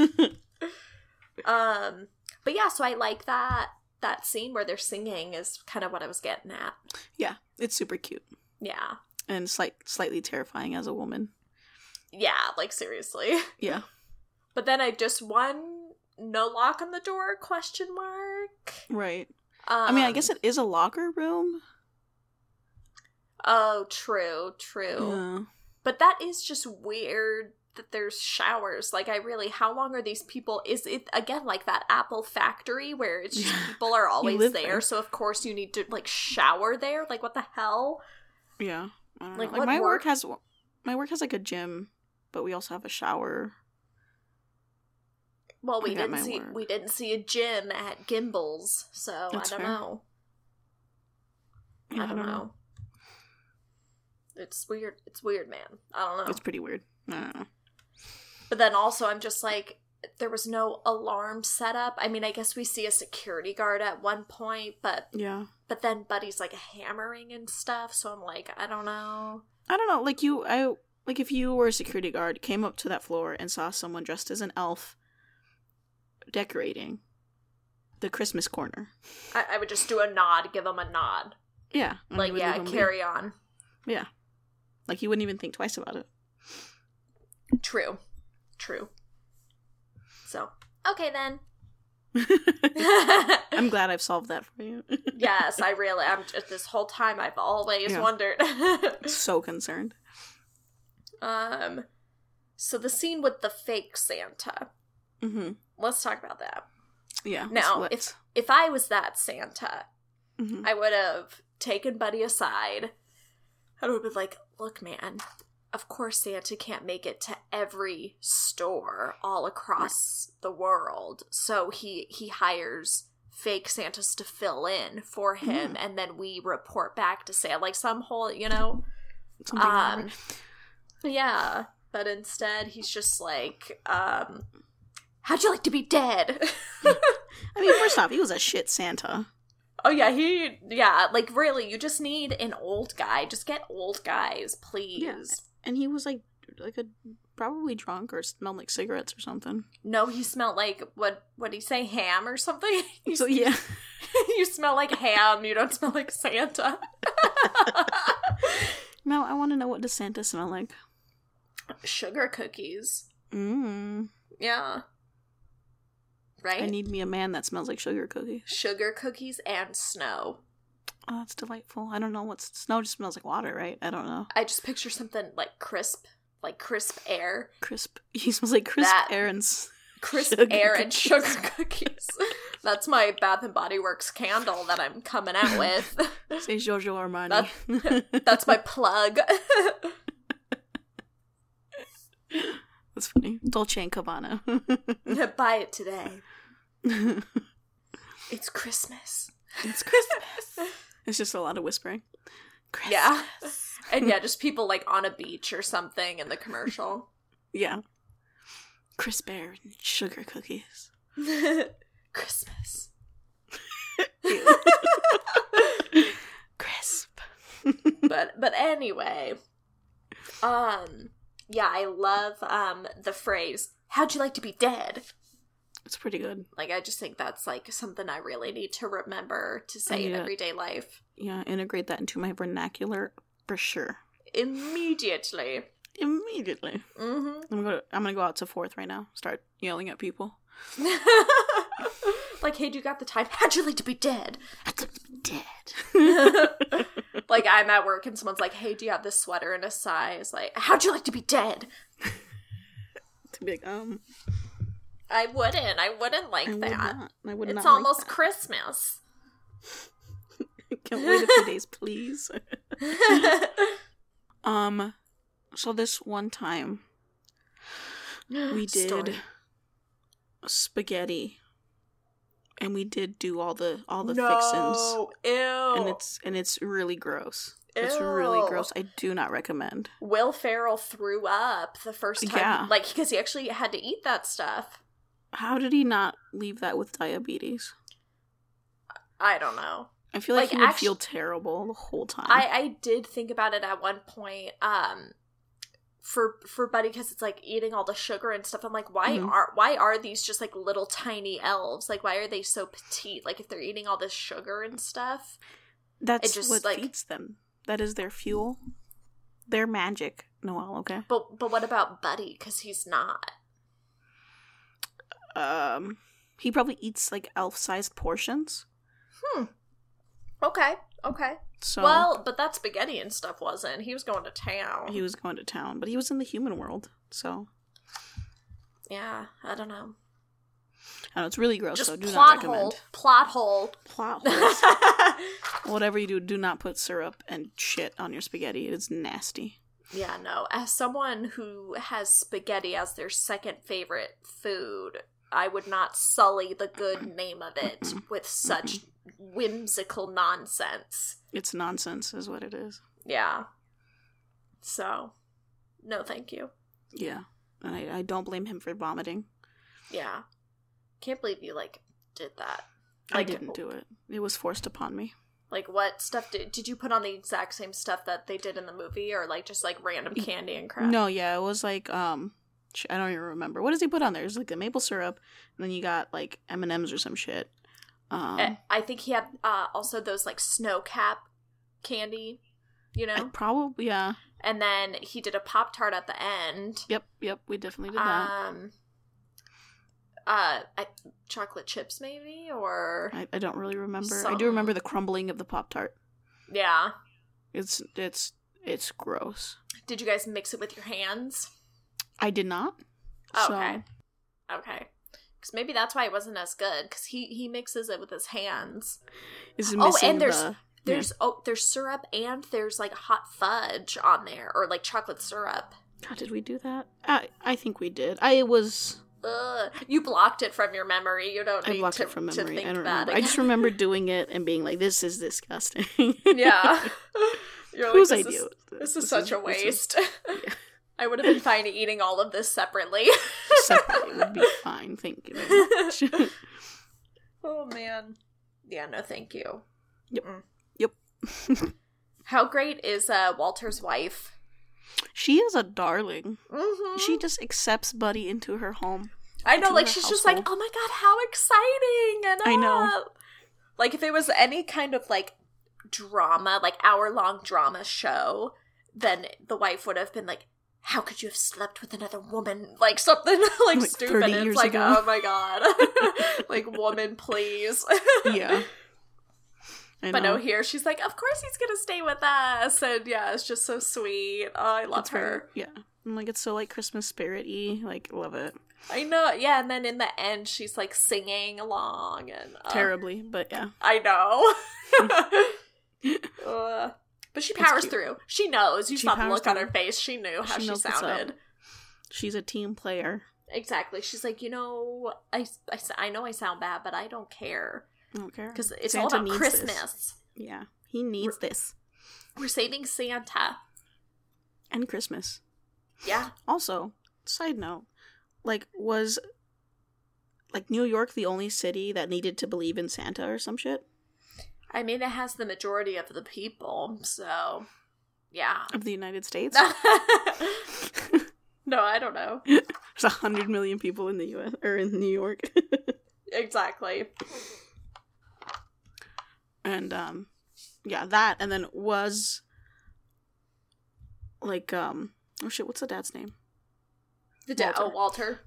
[SPEAKER 1] um. But yeah, so I like that that scene where they're singing is kind of what I was getting at.
[SPEAKER 3] yeah, it's super cute
[SPEAKER 1] Yeah.
[SPEAKER 3] and slight, slightly terrifying as a woman.
[SPEAKER 1] Yeah. Like seriously.
[SPEAKER 3] Yeah.
[SPEAKER 1] But then I just one no lock on the door question mark.
[SPEAKER 3] Right.
[SPEAKER 1] Um,
[SPEAKER 3] I mean, I guess it is a locker room.
[SPEAKER 1] Oh, true, true.
[SPEAKER 3] Yeah.
[SPEAKER 1] But that is just weird that there's showers. Like, I really, how long are these people? Is it again like that Apple factory where it's just
[SPEAKER 3] Yeah.
[SPEAKER 1] people
[SPEAKER 3] *laughs*
[SPEAKER 1] are always there,
[SPEAKER 3] live there.
[SPEAKER 1] So of course you need to like shower there. Like, what the hell?
[SPEAKER 3] Yeah. I don't know.
[SPEAKER 1] Like,
[SPEAKER 3] Like,
[SPEAKER 1] what
[SPEAKER 3] my
[SPEAKER 1] work-
[SPEAKER 3] work? has my work has like a gym, but we also have a shower.
[SPEAKER 1] Well, we
[SPEAKER 3] I got
[SPEAKER 1] didn't
[SPEAKER 3] my
[SPEAKER 1] see
[SPEAKER 3] work.
[SPEAKER 1] we didn't see a gym at Gimbals, so
[SPEAKER 3] That's
[SPEAKER 1] I don't
[SPEAKER 3] fair.
[SPEAKER 1] know. I don't know. It's weird. It's weird, man. I don't know.
[SPEAKER 3] It's pretty weird. I don't know.
[SPEAKER 1] But then also, I'm just like, there was no alarm set up. I mean, I guess we see a security guard at one point, but
[SPEAKER 3] Yeah.
[SPEAKER 1] but then Buddy's like hammering and stuff. So I'm like, I don't know.
[SPEAKER 3] I don't know. Like you, I like if you were a security guard, came up to that floor and saw someone dressed as an elf decorating the Christmas corner.
[SPEAKER 1] I, I would just do a nod, give him a nod,
[SPEAKER 3] Yeah. and
[SPEAKER 1] like
[SPEAKER 3] you would
[SPEAKER 1] yeah,
[SPEAKER 3] leave 'em be.
[SPEAKER 1] carry on.
[SPEAKER 3] Yeah. Like you wouldn't even think twice about it.
[SPEAKER 1] True, true. So okay
[SPEAKER 3] *laughs*
[SPEAKER 1] then.
[SPEAKER 3] I'm glad I've solved that for you. *laughs*
[SPEAKER 1] yes, I really. I'm just this whole time. I've always
[SPEAKER 3] Yeah.
[SPEAKER 1] wondered. *laughs*
[SPEAKER 3] so concerned.
[SPEAKER 1] um, so the scene with the fake Santa.
[SPEAKER 3] Mm-hmm.
[SPEAKER 1] Let's talk about that.
[SPEAKER 3] Yeah. that's
[SPEAKER 1] Now,
[SPEAKER 3] what-
[SPEAKER 1] if if I was that Santa,
[SPEAKER 3] Mhm.
[SPEAKER 1] I would have taken Buddy aside. I would have been like, "Look, man, of course Santa can't make it to every store all across the world, so he he hires." fake santas to fill in
[SPEAKER 3] Mm.
[SPEAKER 1] for him and then we report back to say like some whole you know
[SPEAKER 3] something or other.
[SPEAKER 1] um, yeah but instead he's just like um how'd you like to be dead *laughs*
[SPEAKER 3] I mean, first off, he was a shit Santa.
[SPEAKER 1] Oh yeah, he yeah, like really, you just need an old guy. Just get old guys, please.
[SPEAKER 3] and he was like like a probably drunk or smelled like cigarettes or something.
[SPEAKER 1] No, he smelled like what what he say, ham or something? *laughs* You,
[SPEAKER 3] So yeah,
[SPEAKER 1] you smell like ham, you don't smell like Santa.
[SPEAKER 3] now I want to know what does Santa smell like?
[SPEAKER 1] Sugar cookies.
[SPEAKER 3] Mm.
[SPEAKER 1] Yeah. Right?
[SPEAKER 3] I need me a man that smells like sugar cookie.
[SPEAKER 1] Sugar cookies and snow.
[SPEAKER 3] Oh, that's delightful. I don't know what's snow just smells like water, right? I don't know.
[SPEAKER 1] I just picture something like crisp, like crisp air.
[SPEAKER 3] Crisp. *laughs* He smells like crisp
[SPEAKER 1] That-
[SPEAKER 3] air and s-
[SPEAKER 1] crisp
[SPEAKER 3] Sugar
[SPEAKER 1] air and
[SPEAKER 3] cookies.
[SPEAKER 1] sugar cookies. *laughs* That's my Bath and Body Works candle that I'm coming out
[SPEAKER 3] *laughs*
[SPEAKER 1] with.
[SPEAKER 3] say Giorgio Armani.
[SPEAKER 1] *laughs* That's my plug.
[SPEAKER 3] That's funny. Dolce and *laughs* Cabana.
[SPEAKER 1] Buy it today.
[SPEAKER 3] it's
[SPEAKER 1] It's Christmas.
[SPEAKER 3] Christmas. It's just a lot of whispering. Christmas.
[SPEAKER 1] *laughs* Yeah. And yeah, just people like on a beach or something in the commercial.
[SPEAKER 3] Yeah. Crisp air and sugar cookies.
[SPEAKER 1] Christmas.
[SPEAKER 3] Crisp.
[SPEAKER 1] But but anyway. Um yeah, I love um the phrase, how'd you like to be dead?
[SPEAKER 3] It's pretty good.
[SPEAKER 1] Like I just think that's like something I really need to remember to
[SPEAKER 3] I
[SPEAKER 1] say in
[SPEAKER 3] need it.
[SPEAKER 1] everyday life
[SPEAKER 3] Yeah, integrate that into my vernacular for sure.
[SPEAKER 1] immediately.
[SPEAKER 3] Immediately.
[SPEAKER 1] Mm-hmm. *laughs*
[SPEAKER 3] I'm gonna I'm gonna go out to fourth right now. Start yelling at people.
[SPEAKER 1] like, hey, do you got the time? How'd you like to be dead?
[SPEAKER 3] *laughs* Dead.
[SPEAKER 1] like, I'm at work and someone's like, hey, do you have this sweater in a size? Like, how'd you like to be dead?
[SPEAKER 3] to be like, um,
[SPEAKER 1] I wouldn't. I wouldn't like
[SPEAKER 3] I would
[SPEAKER 1] that.
[SPEAKER 3] not. I would
[SPEAKER 1] it's
[SPEAKER 3] not.
[SPEAKER 1] almost
[SPEAKER 3] Like
[SPEAKER 1] Christmas.
[SPEAKER 3] Can't wait a
[SPEAKER 1] *laughs*
[SPEAKER 3] few days, please. Um, so this one time
[SPEAKER 1] *gasps*
[SPEAKER 3] we did
[SPEAKER 1] Story.
[SPEAKER 3] spaghetti, and we did do all the all the fixins,
[SPEAKER 1] Ew.
[SPEAKER 3] and it's and it's really gross. It's really
[SPEAKER 1] Ew.
[SPEAKER 3] gross. I do not recommend.
[SPEAKER 1] Will Ferrell threw up the first time,
[SPEAKER 3] Yeah.
[SPEAKER 1] like because he actually had to eat that stuff.
[SPEAKER 3] How did he not leave that with diabetes?
[SPEAKER 1] I don't know.
[SPEAKER 3] I feel
[SPEAKER 1] Like,
[SPEAKER 3] like, he would
[SPEAKER 1] actu-
[SPEAKER 3] feel terrible the whole time.
[SPEAKER 1] I I did think about it at one point. Um. For for Buddy, because it's like eating all the sugar and stuff. I'm like, why
[SPEAKER 3] Mhm.
[SPEAKER 1] are why are these just like little tiny elves? Like, why are they so petite? Like, if they're eating all this sugar and stuff,
[SPEAKER 3] That's
[SPEAKER 1] it just,
[SPEAKER 3] what
[SPEAKER 1] like-
[SPEAKER 3] feeds them. That is their fuel, their magic. Noel, okay.
[SPEAKER 1] But but what about Buddy? Because he's not.
[SPEAKER 3] Um, he probably eats like elf-sized portions.
[SPEAKER 1] Okay. Okay.
[SPEAKER 3] So
[SPEAKER 1] Well, but that spaghetti and stuff wasn't. He was going to town.
[SPEAKER 3] he was going to town, but he was in the human world, so
[SPEAKER 1] yeah. I don't know.
[SPEAKER 3] I don't know, it's really gross.
[SPEAKER 1] Just
[SPEAKER 3] so do not
[SPEAKER 1] plot
[SPEAKER 3] recommend
[SPEAKER 1] hole. Plot hole. *laughs*
[SPEAKER 3] plot holes. Whatever you do, do not put syrup and shit on your spaghetti. It is nasty.
[SPEAKER 1] yeah. No. As someone who has spaghetti as their second favorite food, I would not sully the good name of it with such whimsical nonsense.
[SPEAKER 3] It's nonsense, is what it is.
[SPEAKER 1] Yeah. So, no, thank you.
[SPEAKER 3] Yeah, and I, I don't blame him for vomiting.
[SPEAKER 1] Yeah. Can't believe you like did that.
[SPEAKER 3] I
[SPEAKER 1] Like,
[SPEAKER 3] didn't do it. It was forced upon me.
[SPEAKER 1] Like what stuff did did you put on the exact same stuff that they did in the movie or like just like random candy and crap?
[SPEAKER 3] No, yeah, it was like um, sh- I don't even remember. What does he put on there? It's like the maple syrup, and then you got like M and M's or some shit. Um,
[SPEAKER 1] Eh, I think he had uh also those like snow cap candy, you
[SPEAKER 3] I *laughs*
[SPEAKER 1] know?
[SPEAKER 3] probably yeah.
[SPEAKER 1] And then he did a pop tart at the end.
[SPEAKER 3] Yep, yep. We definitely did that.
[SPEAKER 1] Um uh I, chocolate chips maybe or
[SPEAKER 3] I, I don't really remember. I do
[SPEAKER 1] Something.
[SPEAKER 3] remember the crumbling of the pop tart.
[SPEAKER 1] yeah.
[SPEAKER 3] It's it's it's gross.
[SPEAKER 1] Did you guys mix it with your hands? Oh,
[SPEAKER 3] I did not. So,
[SPEAKER 1] Okay. Okay. Cuz maybe that's why it wasn't as good cuz he he mixes it with his hands.
[SPEAKER 3] It's
[SPEAKER 1] Oh,
[SPEAKER 3] missing
[SPEAKER 1] and there's-
[SPEAKER 3] the- yeah.
[SPEAKER 1] There's oh, there's syrup and there's like hot fudge on there or like chocolate syrup.
[SPEAKER 3] God, did we do that? I I think we did. I was
[SPEAKER 1] Ugh. You blocked it from your memory. You don't.
[SPEAKER 3] I
[SPEAKER 1] need
[SPEAKER 3] blocked
[SPEAKER 1] to,
[SPEAKER 3] it from
[SPEAKER 1] to
[SPEAKER 3] memory. I
[SPEAKER 1] think
[SPEAKER 3] don't
[SPEAKER 1] about
[SPEAKER 3] remember.
[SPEAKER 1] it
[SPEAKER 3] I just
[SPEAKER 1] again. *laughs*
[SPEAKER 3] remember doing it and being like, "This is disgusting." *laughs*
[SPEAKER 1] yeah. You're like,
[SPEAKER 3] Whose
[SPEAKER 1] this
[SPEAKER 3] idea?
[SPEAKER 1] Is,
[SPEAKER 3] was
[SPEAKER 1] this is such a
[SPEAKER 3] this is- *laughs*
[SPEAKER 1] waste. *laughs* I would have been fine eating all of this separately. *laughs*
[SPEAKER 3] separate would be fine. Thank you. very much.
[SPEAKER 1] *laughs* oh man. Yeah. No. Thank you.
[SPEAKER 3] Yep.
[SPEAKER 1] Mm.
[SPEAKER 3] Yep. *laughs*
[SPEAKER 1] How great is uh, Walter's wife?
[SPEAKER 3] she is a darling.
[SPEAKER 1] Mm-hmm.
[SPEAKER 3] She just accepts Buddy into her home.
[SPEAKER 1] I know,
[SPEAKER 3] to
[SPEAKER 1] like
[SPEAKER 3] her
[SPEAKER 1] she's just like, oh
[SPEAKER 3] household.
[SPEAKER 1] my god, how exciting! And
[SPEAKER 3] I know.
[SPEAKER 1] up." like if it was any kind of like drama, like hour long drama show, then the wife would have been like, how could you have slept with another woman? Like something *laughs* like,
[SPEAKER 3] Like, 30
[SPEAKER 1] stupid. And it's
[SPEAKER 3] years
[SPEAKER 1] like,
[SPEAKER 3] ago.
[SPEAKER 1] oh my god, *laughs* like
[SPEAKER 3] *laughs*
[SPEAKER 1] woman, please.
[SPEAKER 3] Yeah. I
[SPEAKER 1] But
[SPEAKER 3] know.
[SPEAKER 1] no, here she's like, of course he's gonna stay with us, and yeah, it's just so sweet. Oh, I love
[SPEAKER 3] It's very-
[SPEAKER 1] her.
[SPEAKER 3] yeah. I'm like, it's so like Christmas spirit y. Like, love it.
[SPEAKER 1] I know, yeah. And then in the end, she's like singing along, and oh,
[SPEAKER 3] Terribly, but yeah.
[SPEAKER 1] I
[SPEAKER 3] *laughs*
[SPEAKER 1] know. Ugh. but she
[SPEAKER 3] That's
[SPEAKER 1] powers
[SPEAKER 3] cute.
[SPEAKER 1] through. She knows. You
[SPEAKER 3] She
[SPEAKER 1] saw the
[SPEAKER 3] powers
[SPEAKER 1] look on
[SPEAKER 3] through.
[SPEAKER 1] her face. She knew how
[SPEAKER 3] She
[SPEAKER 1] she,
[SPEAKER 3] knows what's up.
[SPEAKER 1] sounded.
[SPEAKER 3] She's a team player.
[SPEAKER 1] Exactly. She's like, you know, I, I, I know I sound bad, but I don't care.
[SPEAKER 3] I don't care.
[SPEAKER 1] Because it's
[SPEAKER 3] Santa
[SPEAKER 1] all about
[SPEAKER 3] needs
[SPEAKER 1] Christmas.
[SPEAKER 3] this. Yeah. He needs this.
[SPEAKER 1] We're saving Santa.
[SPEAKER 3] And Christmas.
[SPEAKER 1] Yeah.
[SPEAKER 3] Also, side note, like, was like New York the only city that needed to believe in Santa or some shit?
[SPEAKER 1] I mean, it has the majority of the people, so
[SPEAKER 3] *laughs*
[SPEAKER 1] yeah. *laughs*
[SPEAKER 3] Of the United States?
[SPEAKER 1] no, I don't know.
[SPEAKER 3] There's a hundred million people in the U.S. or in New York, *laughs*
[SPEAKER 1] Exactly.
[SPEAKER 3] and um, yeah, that and then was like um, oh shit, what's the dad's name?
[SPEAKER 1] The da-
[SPEAKER 3] Walter.
[SPEAKER 1] Oh, Walter.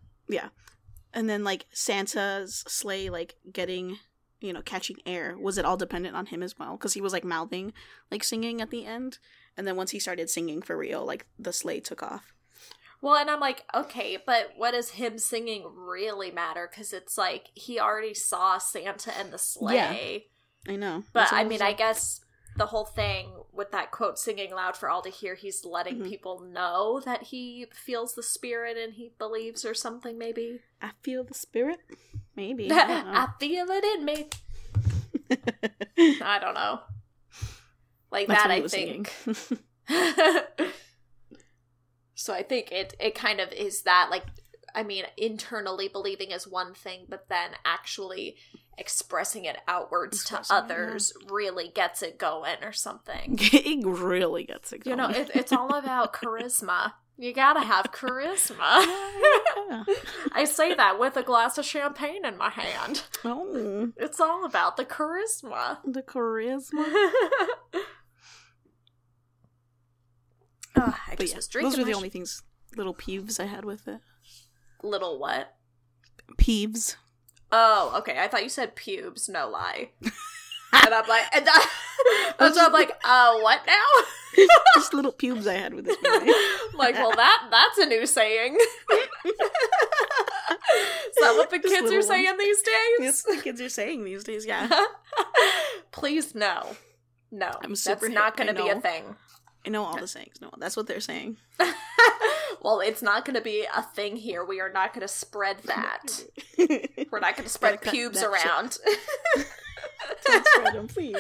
[SPEAKER 3] And then like Santa's sleigh, like getting you know catching air. Was it all dependent on him as well? Because he was like mouthing, like singing at the end, and then once he started singing for real, like the sleigh took off.
[SPEAKER 1] Well, and I'm like, okay, but what does him singing really matter? Because it's like he already saw Santa and the sleigh.
[SPEAKER 3] I know.
[SPEAKER 1] But
[SPEAKER 3] That's
[SPEAKER 1] I
[SPEAKER 3] all
[SPEAKER 1] mean,
[SPEAKER 3] so-
[SPEAKER 1] I guess the whole thing with that quote singing loud for all to hear, he's letting
[SPEAKER 3] Mhm.
[SPEAKER 1] people know that he feels the spirit and he believes or something, maybe. *laughs*
[SPEAKER 3] I feel the spirit. Maybe.
[SPEAKER 1] I
[SPEAKER 3] I
[SPEAKER 1] feel it in
[SPEAKER 3] *laughs*
[SPEAKER 1] me.
[SPEAKER 3] don't know.
[SPEAKER 1] I don't know. Like
[SPEAKER 3] That's
[SPEAKER 1] that,
[SPEAKER 3] what he
[SPEAKER 1] I
[SPEAKER 3] was
[SPEAKER 1] think. *laughs*
[SPEAKER 3] singing. *laughs*
[SPEAKER 1] so I think it it kind of is that like I mean internally believing is one thing, but then actually expressing it outwards
[SPEAKER 3] Expressing
[SPEAKER 1] to
[SPEAKER 3] it, yeah.
[SPEAKER 1] others really gets it going or something.
[SPEAKER 3] it really gets it
[SPEAKER 1] You
[SPEAKER 3] going.
[SPEAKER 1] know, it, it's all about charisma. You gotta have *laughs* charisma.
[SPEAKER 3] Yeah.
[SPEAKER 1] I say that with a glass of champagne in my hand. *laughs*
[SPEAKER 3] oh,
[SPEAKER 1] It's all about the *laughs* charisma.
[SPEAKER 3] the charisma.
[SPEAKER 1] Ah, I
[SPEAKER 3] But
[SPEAKER 1] just
[SPEAKER 3] yeah,
[SPEAKER 1] was drinking
[SPEAKER 3] those are
[SPEAKER 1] my
[SPEAKER 3] the only things, little peeves I had with it.
[SPEAKER 1] little what?
[SPEAKER 3] Peeves.
[SPEAKER 1] Oh, okay. I thought you said pubes. No lie. and I'm like, and
[SPEAKER 3] *laughs*
[SPEAKER 1] I, and so I'm like, uh, what now?
[SPEAKER 3] *laughs*
[SPEAKER 1] *laughs*
[SPEAKER 3] Just little pubes I had with this movie.
[SPEAKER 1] I'm like, well, that that's a new saying. *laughs* Is that what the
[SPEAKER 3] Just
[SPEAKER 1] kids are
[SPEAKER 3] little
[SPEAKER 1] saying these
[SPEAKER 3] That's
[SPEAKER 1] days?
[SPEAKER 3] what the kids are saying these days, yeah.
[SPEAKER 1] *laughs* Please no, no.
[SPEAKER 3] I'm super
[SPEAKER 1] that's not
[SPEAKER 3] hip, I
[SPEAKER 1] going to be a
[SPEAKER 3] know.
[SPEAKER 1] thing. *laughs*
[SPEAKER 3] I know all the sayings. No, that's what they're saying.
[SPEAKER 1] well, it's not going to be a thing here. We are not going to spread that. We're not going to spread
[SPEAKER 3] Gotta cut
[SPEAKER 1] pubes
[SPEAKER 3] that shit.
[SPEAKER 1] around. *laughs*
[SPEAKER 3] Don't spread them, please.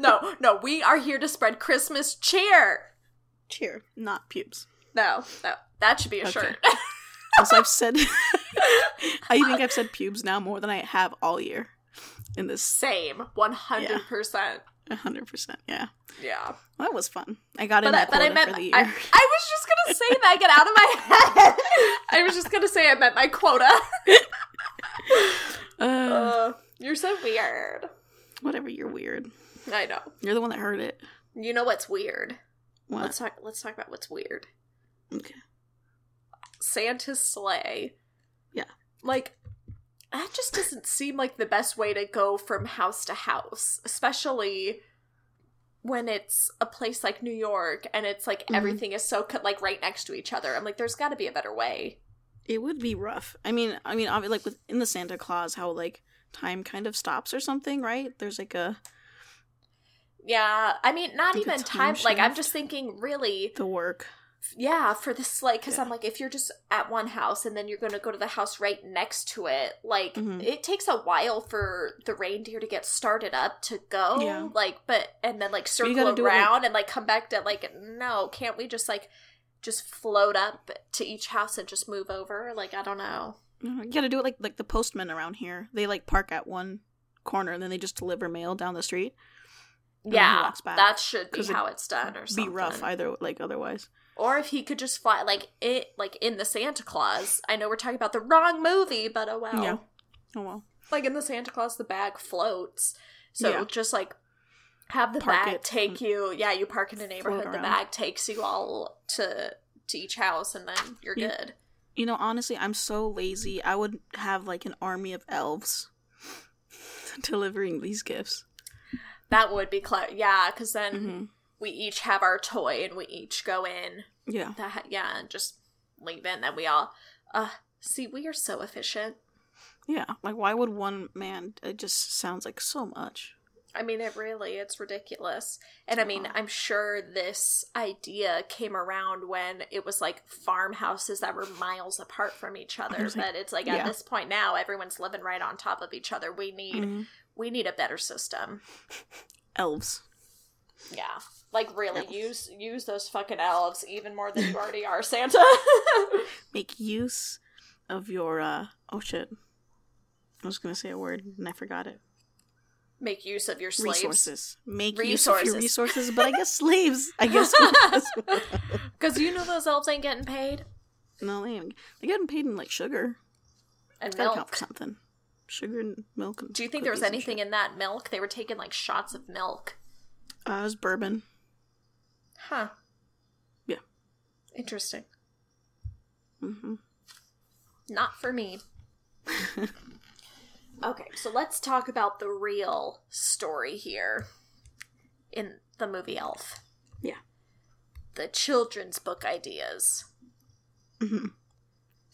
[SPEAKER 1] no, no, we are here to spread Christmas cheer.
[SPEAKER 3] *laughs* Cheer,
[SPEAKER 1] *laughs*
[SPEAKER 3] not pubes.
[SPEAKER 1] No, no, that should be a
[SPEAKER 3] Okay.
[SPEAKER 1] shirt. *laughs*
[SPEAKER 3] Also, I've said, *laughs* I think I've said pubes now more than I have all year in this
[SPEAKER 1] Same, one hundred percent.
[SPEAKER 3] 100%. Yeah.
[SPEAKER 1] Yeah,
[SPEAKER 3] Well, that was fun. I got
[SPEAKER 1] but
[SPEAKER 3] in
[SPEAKER 1] I,
[SPEAKER 3] that
[SPEAKER 1] but I
[SPEAKER 3] quota
[SPEAKER 1] meant
[SPEAKER 3] for
[SPEAKER 1] I,
[SPEAKER 3] the year. *laughs*
[SPEAKER 1] I was just gonna say that. Get out of my head. I was just gonna say I meant my quota.
[SPEAKER 3] *laughs* Uh,
[SPEAKER 1] Uh, you're so weird.
[SPEAKER 3] whatever, you're weird.
[SPEAKER 1] I know.
[SPEAKER 3] You're the one that heard it.
[SPEAKER 1] You know what's weird?
[SPEAKER 3] What?
[SPEAKER 1] Let's talk. Let's talk about what's weird.
[SPEAKER 3] Okay.
[SPEAKER 1] Santa's sleigh.
[SPEAKER 3] Yeah.
[SPEAKER 1] Like that just doesn't seem like the best way to go from house to house, especially when it's a place like New York and it's like
[SPEAKER 3] Mhm.
[SPEAKER 1] everything is so co- like right next to each other. I'm like there's got to be a better way.
[SPEAKER 3] It would be rough. I mean, I mean, obvi- like with in the Santa Claus, how like time kind of stops or something, right? There's like a
[SPEAKER 1] Yeah, I mean not
[SPEAKER 3] Like a
[SPEAKER 1] even time
[SPEAKER 3] time
[SPEAKER 1] like I'm
[SPEAKER 3] shift?
[SPEAKER 1] just thinking really
[SPEAKER 3] the work.
[SPEAKER 1] yeah for this like because
[SPEAKER 3] Yeah.
[SPEAKER 1] i'm like if you're just at one house and then you're gonna go to the house right next to it like
[SPEAKER 3] Mhm.
[SPEAKER 1] it takes a while for the reindeer to get started up to go
[SPEAKER 3] Yeah.
[SPEAKER 1] like but and then like
[SPEAKER 3] you
[SPEAKER 1] circle
[SPEAKER 3] gotta
[SPEAKER 1] around
[SPEAKER 3] do it, like-
[SPEAKER 1] and like come back to like no can't we just like just float up to each house and just move over like i don't know
[SPEAKER 3] You got to do it like like the postmen around here. They like park at one corner and then they just deliver mail down the street. And then he
[SPEAKER 1] yeah
[SPEAKER 3] walks back.
[SPEAKER 1] that should be
[SPEAKER 3] 'Cause it'd
[SPEAKER 1] how it's done or
[SPEAKER 3] Be
[SPEAKER 1] something
[SPEAKER 3] rough either like otherwise.
[SPEAKER 1] or if he could just fly like it like in the santa claus i know we're talking about the wrong movie but oh well
[SPEAKER 3] Yeah. Oh well.
[SPEAKER 1] like in the Santa Claus, the bag floats. So
[SPEAKER 3] Yeah.
[SPEAKER 1] just like have the
[SPEAKER 3] Park
[SPEAKER 1] bag
[SPEAKER 3] it
[SPEAKER 1] take
[SPEAKER 3] and
[SPEAKER 1] you. Yeah, you park in a neighborhood. The
[SPEAKER 3] around.
[SPEAKER 1] bag takes you all to to each house, and then you're
[SPEAKER 3] Yeah.
[SPEAKER 1] good.
[SPEAKER 3] You know, honestly, I'm so lazy. I would have like an army of elves *laughs* delivering these gifts.
[SPEAKER 1] That would be clever. Yeah, because then
[SPEAKER 3] hmm
[SPEAKER 1] we each have our toy, and we each go in.
[SPEAKER 3] Yeah.
[SPEAKER 1] That yeah, and just leave it. And then we all. Uh, see, we are so efficient.
[SPEAKER 3] Yeah. Like why would one man it just sounds like so much.
[SPEAKER 1] I mean, it really, it's ridiculous. And I mean, I'm sure this idea came around when it was like farmhouses that were miles apart from each other.
[SPEAKER 3] was like-
[SPEAKER 1] But it's like at
[SPEAKER 3] yeah.
[SPEAKER 1] this point now, everyone's living right on top of each other. We need,
[SPEAKER 3] Mhm.
[SPEAKER 1] we need a better system.
[SPEAKER 3] Elves.
[SPEAKER 1] Yeah. Like really
[SPEAKER 3] Elves.
[SPEAKER 1] use, use those fucking elves even more
[SPEAKER 3] *laughs*
[SPEAKER 1] than you already are, Santa. *laughs*
[SPEAKER 3] make use of your uh oh shit i was gonna say a word and i forgot it
[SPEAKER 1] Make use of your slaves.
[SPEAKER 3] resources make use of your
[SPEAKER 1] Resources.
[SPEAKER 3] resources but
[SPEAKER 1] *laughs*
[SPEAKER 3] i guess slaves i guess
[SPEAKER 1] Cause you know those elves ain't getting paid
[SPEAKER 3] *laughs* no they ain't they're getting paid in like sugar
[SPEAKER 1] and
[SPEAKER 3] Gotta count
[SPEAKER 1] milk.
[SPEAKER 3] for something sugar and milk and
[SPEAKER 1] Do you think there was
[SPEAKER 3] cookies and
[SPEAKER 1] anything
[SPEAKER 3] shit.
[SPEAKER 1] in that milk? They were taking like shots of milk.
[SPEAKER 3] uh, it was bourbon
[SPEAKER 1] Huh.
[SPEAKER 3] Yeah.
[SPEAKER 1] Interesting.
[SPEAKER 3] hmm
[SPEAKER 1] Not for me. okay, so let's talk about the real story here in the movie Elf.
[SPEAKER 3] Yeah.
[SPEAKER 1] The children's book ideas.
[SPEAKER 3] hmm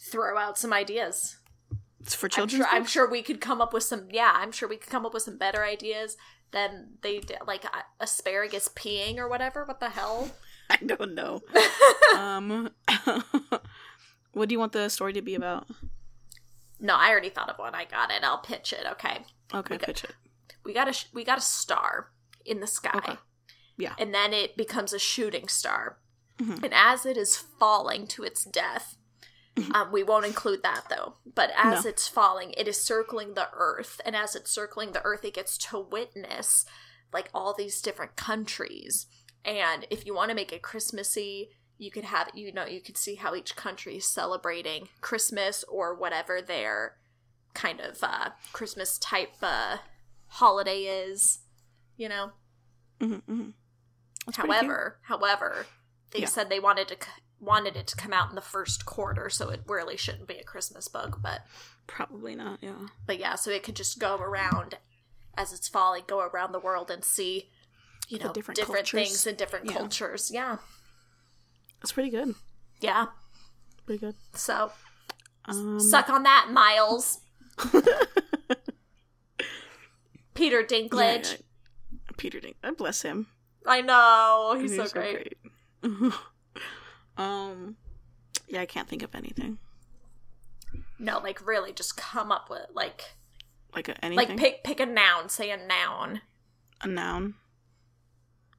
[SPEAKER 1] Throw out some ideas.
[SPEAKER 3] it's for
[SPEAKER 1] I'm
[SPEAKER 3] children
[SPEAKER 1] sure, I'm sure we could come up with some, yeah, I'm sure we could come up with some better ideas. Then they did like a- asparagus peeing or whatever. What the hell?
[SPEAKER 3] *laughs* I
[SPEAKER 1] *laughs*
[SPEAKER 3] don't know. um, *laughs* what do you want the story to be about?
[SPEAKER 1] No, I already thought of one. I got it. I'll pitch it. Okay.
[SPEAKER 3] Okay, pitch it.
[SPEAKER 1] we got a sh- we got a star in the sky
[SPEAKER 3] Okay. Yeah.
[SPEAKER 1] and then it becomes a shooting star
[SPEAKER 3] Mhm.
[SPEAKER 1] and as it is falling to its death um, we won't include that though but as
[SPEAKER 3] Mm-hmm. No.
[SPEAKER 1] it's falling it is circling the earth and as it's circling the earth it gets to witness like all these different countries and if you want to make it christmassy you could have you know you could see how each country is celebrating christmas or whatever their kind of uh christmas type uh holiday is you know
[SPEAKER 3] Mhm, mhm. That's pretty cute.
[SPEAKER 1] however however they
[SPEAKER 3] Yeah.
[SPEAKER 1] said they wanted to c- wanted it to come out in the first quarter so it really shouldn't be a christmas book but
[SPEAKER 3] probably not. Yeah.
[SPEAKER 1] but yeah so it could just go around as it's falling go around the world and see you
[SPEAKER 3] The
[SPEAKER 1] know different,
[SPEAKER 3] different cultures.
[SPEAKER 1] things in different
[SPEAKER 3] Yeah.
[SPEAKER 1] cultures yeah
[SPEAKER 3] That's pretty good.
[SPEAKER 1] yeah
[SPEAKER 3] Pretty good.
[SPEAKER 1] so
[SPEAKER 3] Um,
[SPEAKER 1] suck on that
[SPEAKER 3] *laughs*
[SPEAKER 1] miles peter
[SPEAKER 3] yeah,
[SPEAKER 1] dinklage
[SPEAKER 3] yeah. Peter Dink. uh, Bless him.
[SPEAKER 1] i know he's, so, great.
[SPEAKER 3] great. *laughs* um, yeah, I can't think of anything.
[SPEAKER 1] no like really just come up with like
[SPEAKER 3] Like a, anything.
[SPEAKER 1] like pick pick a noun say a noun
[SPEAKER 3] a noun.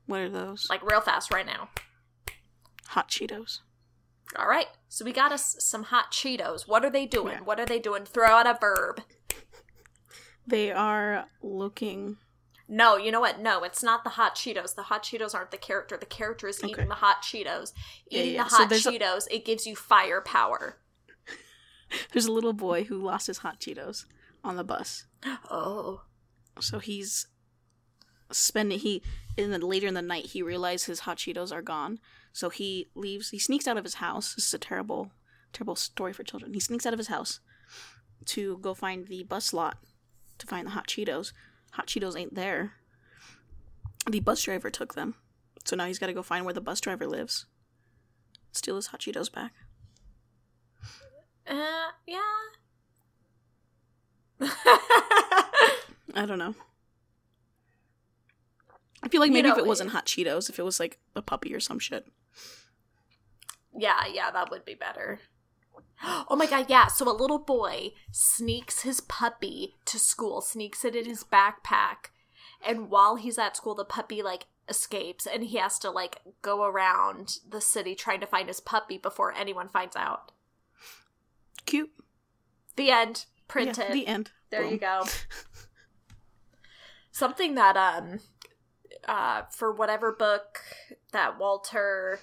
[SPEAKER 3] What are those?
[SPEAKER 1] like real fast right now
[SPEAKER 3] hot Cheetos.
[SPEAKER 1] All right. So we got us some hot Cheetos. What are they doing?
[SPEAKER 3] Yeah.
[SPEAKER 1] What are they doing? Throw out a verb.
[SPEAKER 3] They are looking.
[SPEAKER 1] No, you know what? No, it's not the hot Cheetos. The hot Cheetos aren't the character. The character is eating
[SPEAKER 3] Okay.
[SPEAKER 1] the hot Cheetos.
[SPEAKER 3] Yeah,
[SPEAKER 1] Eating
[SPEAKER 3] yeah.
[SPEAKER 1] the
[SPEAKER 3] So
[SPEAKER 1] hot
[SPEAKER 3] there's a-
[SPEAKER 1] Cheetos, it gives you firepower.
[SPEAKER 3] There's a little boy who lost his hot Cheetos on the bus.
[SPEAKER 1] Oh.
[SPEAKER 3] So he's spending he in the later in the night he realizes his hot Cheetos are gone. So he leaves he sneaks out of his house. This is a terrible terrible story for children. He sneaks out of his house to go find the bus lot to find the hot Cheetos. Hot Cheetos ain't there. The bus driver took them. So now he's gotta go find where the bus driver lives. Steal his hot Cheetos back.
[SPEAKER 1] Uh, yeah. *laughs*
[SPEAKER 3] I don't know. I feel like
[SPEAKER 1] You
[SPEAKER 3] maybe if
[SPEAKER 1] know, eh,
[SPEAKER 3] it wasn't
[SPEAKER 1] it-
[SPEAKER 3] hot Cheetos, if it was like a puppy or some shit.
[SPEAKER 1] yeah, yeah, that would be better. Oh my god, yeah. So a little boy sneaks his puppy to school, sneaks it in his backpack, and while he's at school the puppy like escapes and he has to like go around the city trying to find his puppy before anyone finds out.
[SPEAKER 3] Cute.
[SPEAKER 1] The end.
[SPEAKER 3] Yeah,
[SPEAKER 1] Printed.
[SPEAKER 3] the end.
[SPEAKER 1] There you
[SPEAKER 3] Boom.
[SPEAKER 1] go. *laughs* Something that um uh for whatever book that Walter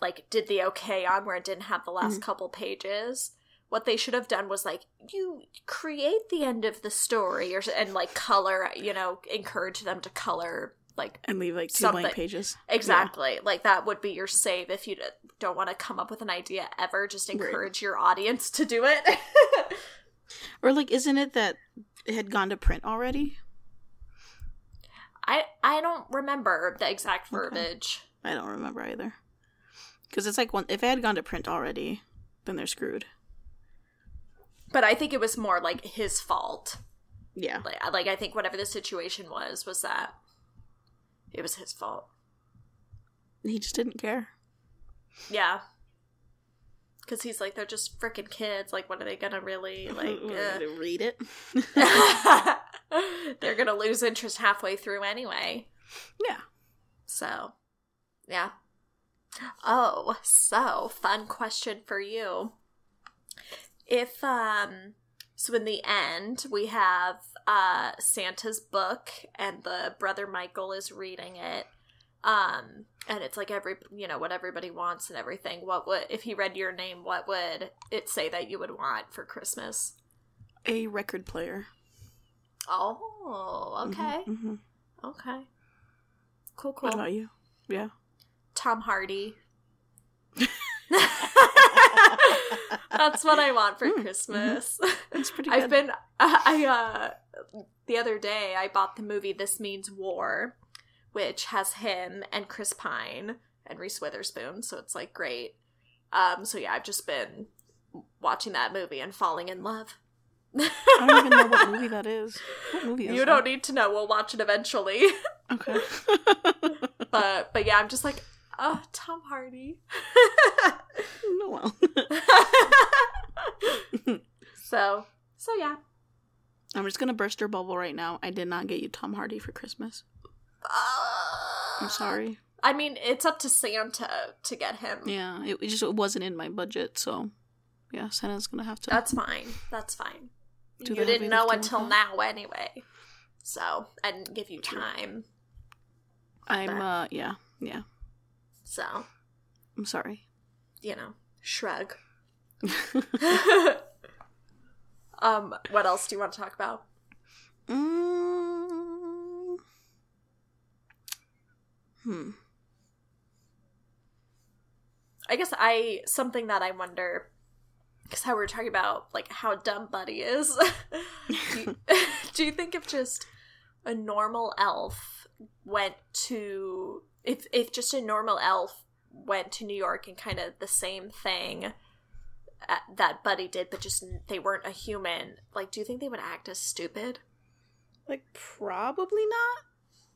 [SPEAKER 1] like did the okay on where it didn't have the last couple pages, what they should have done was like you create the end of the story or s- and like color, you know, encourage them to color like
[SPEAKER 3] And leave like two blank
[SPEAKER 1] Something.
[SPEAKER 3] pages.
[SPEAKER 1] Exactly. Like that would be your save if you d- don't want to come up with an idea ever. Just
[SPEAKER 3] Right.
[SPEAKER 1] encourage your audience to do it. *laughs*
[SPEAKER 3] Yeah. Or like, isn't it that it had gone to print already?
[SPEAKER 1] I I don't remember the exact
[SPEAKER 3] Okay.
[SPEAKER 1] verbiage.
[SPEAKER 3] I don't remember either. Because it's like one. If it had gone to print already, then they're screwed.
[SPEAKER 1] but I think it was more like his fault.
[SPEAKER 3] Yeah.
[SPEAKER 1] Like, like I think whatever the situation was, was that it was his fault.
[SPEAKER 3] He just didn't care.
[SPEAKER 1] Yeah, because he's like they're just freaking kids. Like, what are they gonna really
[SPEAKER 3] *laughs*
[SPEAKER 1] like?
[SPEAKER 3] Wanted to
[SPEAKER 1] *laughs*
[SPEAKER 3] read it. *laughs*
[SPEAKER 1] uh, *laughs* they're gonna lose interest halfway through anyway.
[SPEAKER 3] yeah.
[SPEAKER 1] So, yeah. Oh, so fun question for you. If um so in the end we have uh Santa's book and the brother Michael is reading it. Um and it's like every you know what everybody wants and everything. What would if he read your name, what would it say that you would want for Christmas?
[SPEAKER 3] A record player.
[SPEAKER 1] Oh, okay.
[SPEAKER 3] hmm
[SPEAKER 1] Okay. Cool, cool.
[SPEAKER 3] What about you? Yeah.
[SPEAKER 1] Tom
[SPEAKER 3] *laughs*
[SPEAKER 1] Hardy. That's what I want for
[SPEAKER 3] Mm, mhm.
[SPEAKER 1] Christmas.
[SPEAKER 3] That's pretty good.
[SPEAKER 1] I've been uh, I uh the other day I bought the movie This Means War, which has him and Chris Pine and Reese Witherspoon, so it's like great. Um so yeah, I've just been watching that movie and falling in love. *laughs*
[SPEAKER 3] I don't even know what movie that is. What movie is
[SPEAKER 1] You
[SPEAKER 3] that?
[SPEAKER 1] don't e- need to know. We'll watch it eventually.
[SPEAKER 3] *laughs* Okay.
[SPEAKER 1] but but yeah, I'm just like, oh, Tom Hardy.
[SPEAKER 3] no, well. *laughs*
[SPEAKER 1] *laughs* so so yeah.
[SPEAKER 3] I'm just gonna burst your bubble right now. I did not get you Tom Hardy for Christmas. I'm sorry.
[SPEAKER 1] I mean, it's up to Santa to get him.
[SPEAKER 3] Yeah, it, it just wasn't in my budget, so yeah, Santa's gonna have to.
[SPEAKER 1] That's fine. That's fine.
[SPEAKER 3] Do
[SPEAKER 1] you
[SPEAKER 3] the heavy
[SPEAKER 1] didn't know
[SPEAKER 3] lifting with
[SPEAKER 1] until
[SPEAKER 3] that.
[SPEAKER 1] now anyway. So I didn't give you time.
[SPEAKER 3] I'm uh yeah yeah.
[SPEAKER 1] So,
[SPEAKER 3] I'm sorry.
[SPEAKER 1] you know,
[SPEAKER 3] *laughs*
[SPEAKER 1] shrug. *laughs* um, what else do you want to talk about?
[SPEAKER 3] Mm. Hmm.
[SPEAKER 1] I guess I something that I wonder because how we were talking about like how dumb Buddy is. *laughs* do, you, *laughs* do you think if just a normal elf went to if if just a normal elf went to New York and kind of the same thing uh, that Buddy did, but just n- they weren't a human? Like, do you think they would act as stupid?
[SPEAKER 3] Like probably not.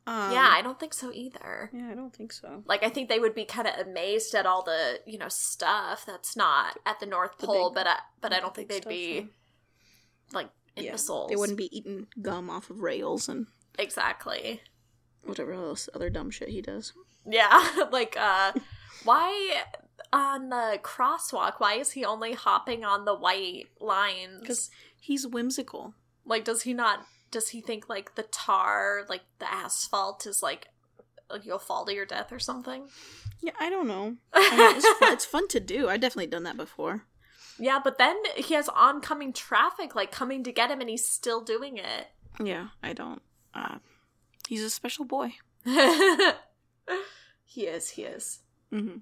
[SPEAKER 3] Um,
[SPEAKER 1] yeah, I don't think so either.
[SPEAKER 3] yeah, I don't think so.
[SPEAKER 1] Like I think they would be kind of amazed at all the you know stuff that's not at the North
[SPEAKER 3] The
[SPEAKER 1] Pole,
[SPEAKER 3] big-
[SPEAKER 1] but I, but I don't
[SPEAKER 3] the
[SPEAKER 1] think
[SPEAKER 3] big
[SPEAKER 1] they'd
[SPEAKER 3] stuff,
[SPEAKER 1] be like imbeciles.
[SPEAKER 3] They wouldn't be eating gum off of rails and
[SPEAKER 1] exactly.
[SPEAKER 3] whatever else other dumb shit he does.
[SPEAKER 1] Yeah, *laughs* like
[SPEAKER 3] *laughs*
[SPEAKER 1] uh, why on the crosswalk? Why is he only hopping on the white lines?
[SPEAKER 3] Because he's whimsical.
[SPEAKER 1] Like, does he not? Does he think like the tar, like the asphalt, is like you'll fall to your death or something?
[SPEAKER 3] Yeah, I don't know.
[SPEAKER 1] *laughs*
[SPEAKER 3] I mean, it's, fun, it's fun to do. I've definitely done that before.
[SPEAKER 1] Yeah, but then he has oncoming traffic like coming to get him, and he's still doing it.
[SPEAKER 3] Yeah, I don't. Uh, he's a special boy. *laughs*
[SPEAKER 1] he is. He is.
[SPEAKER 3] hmm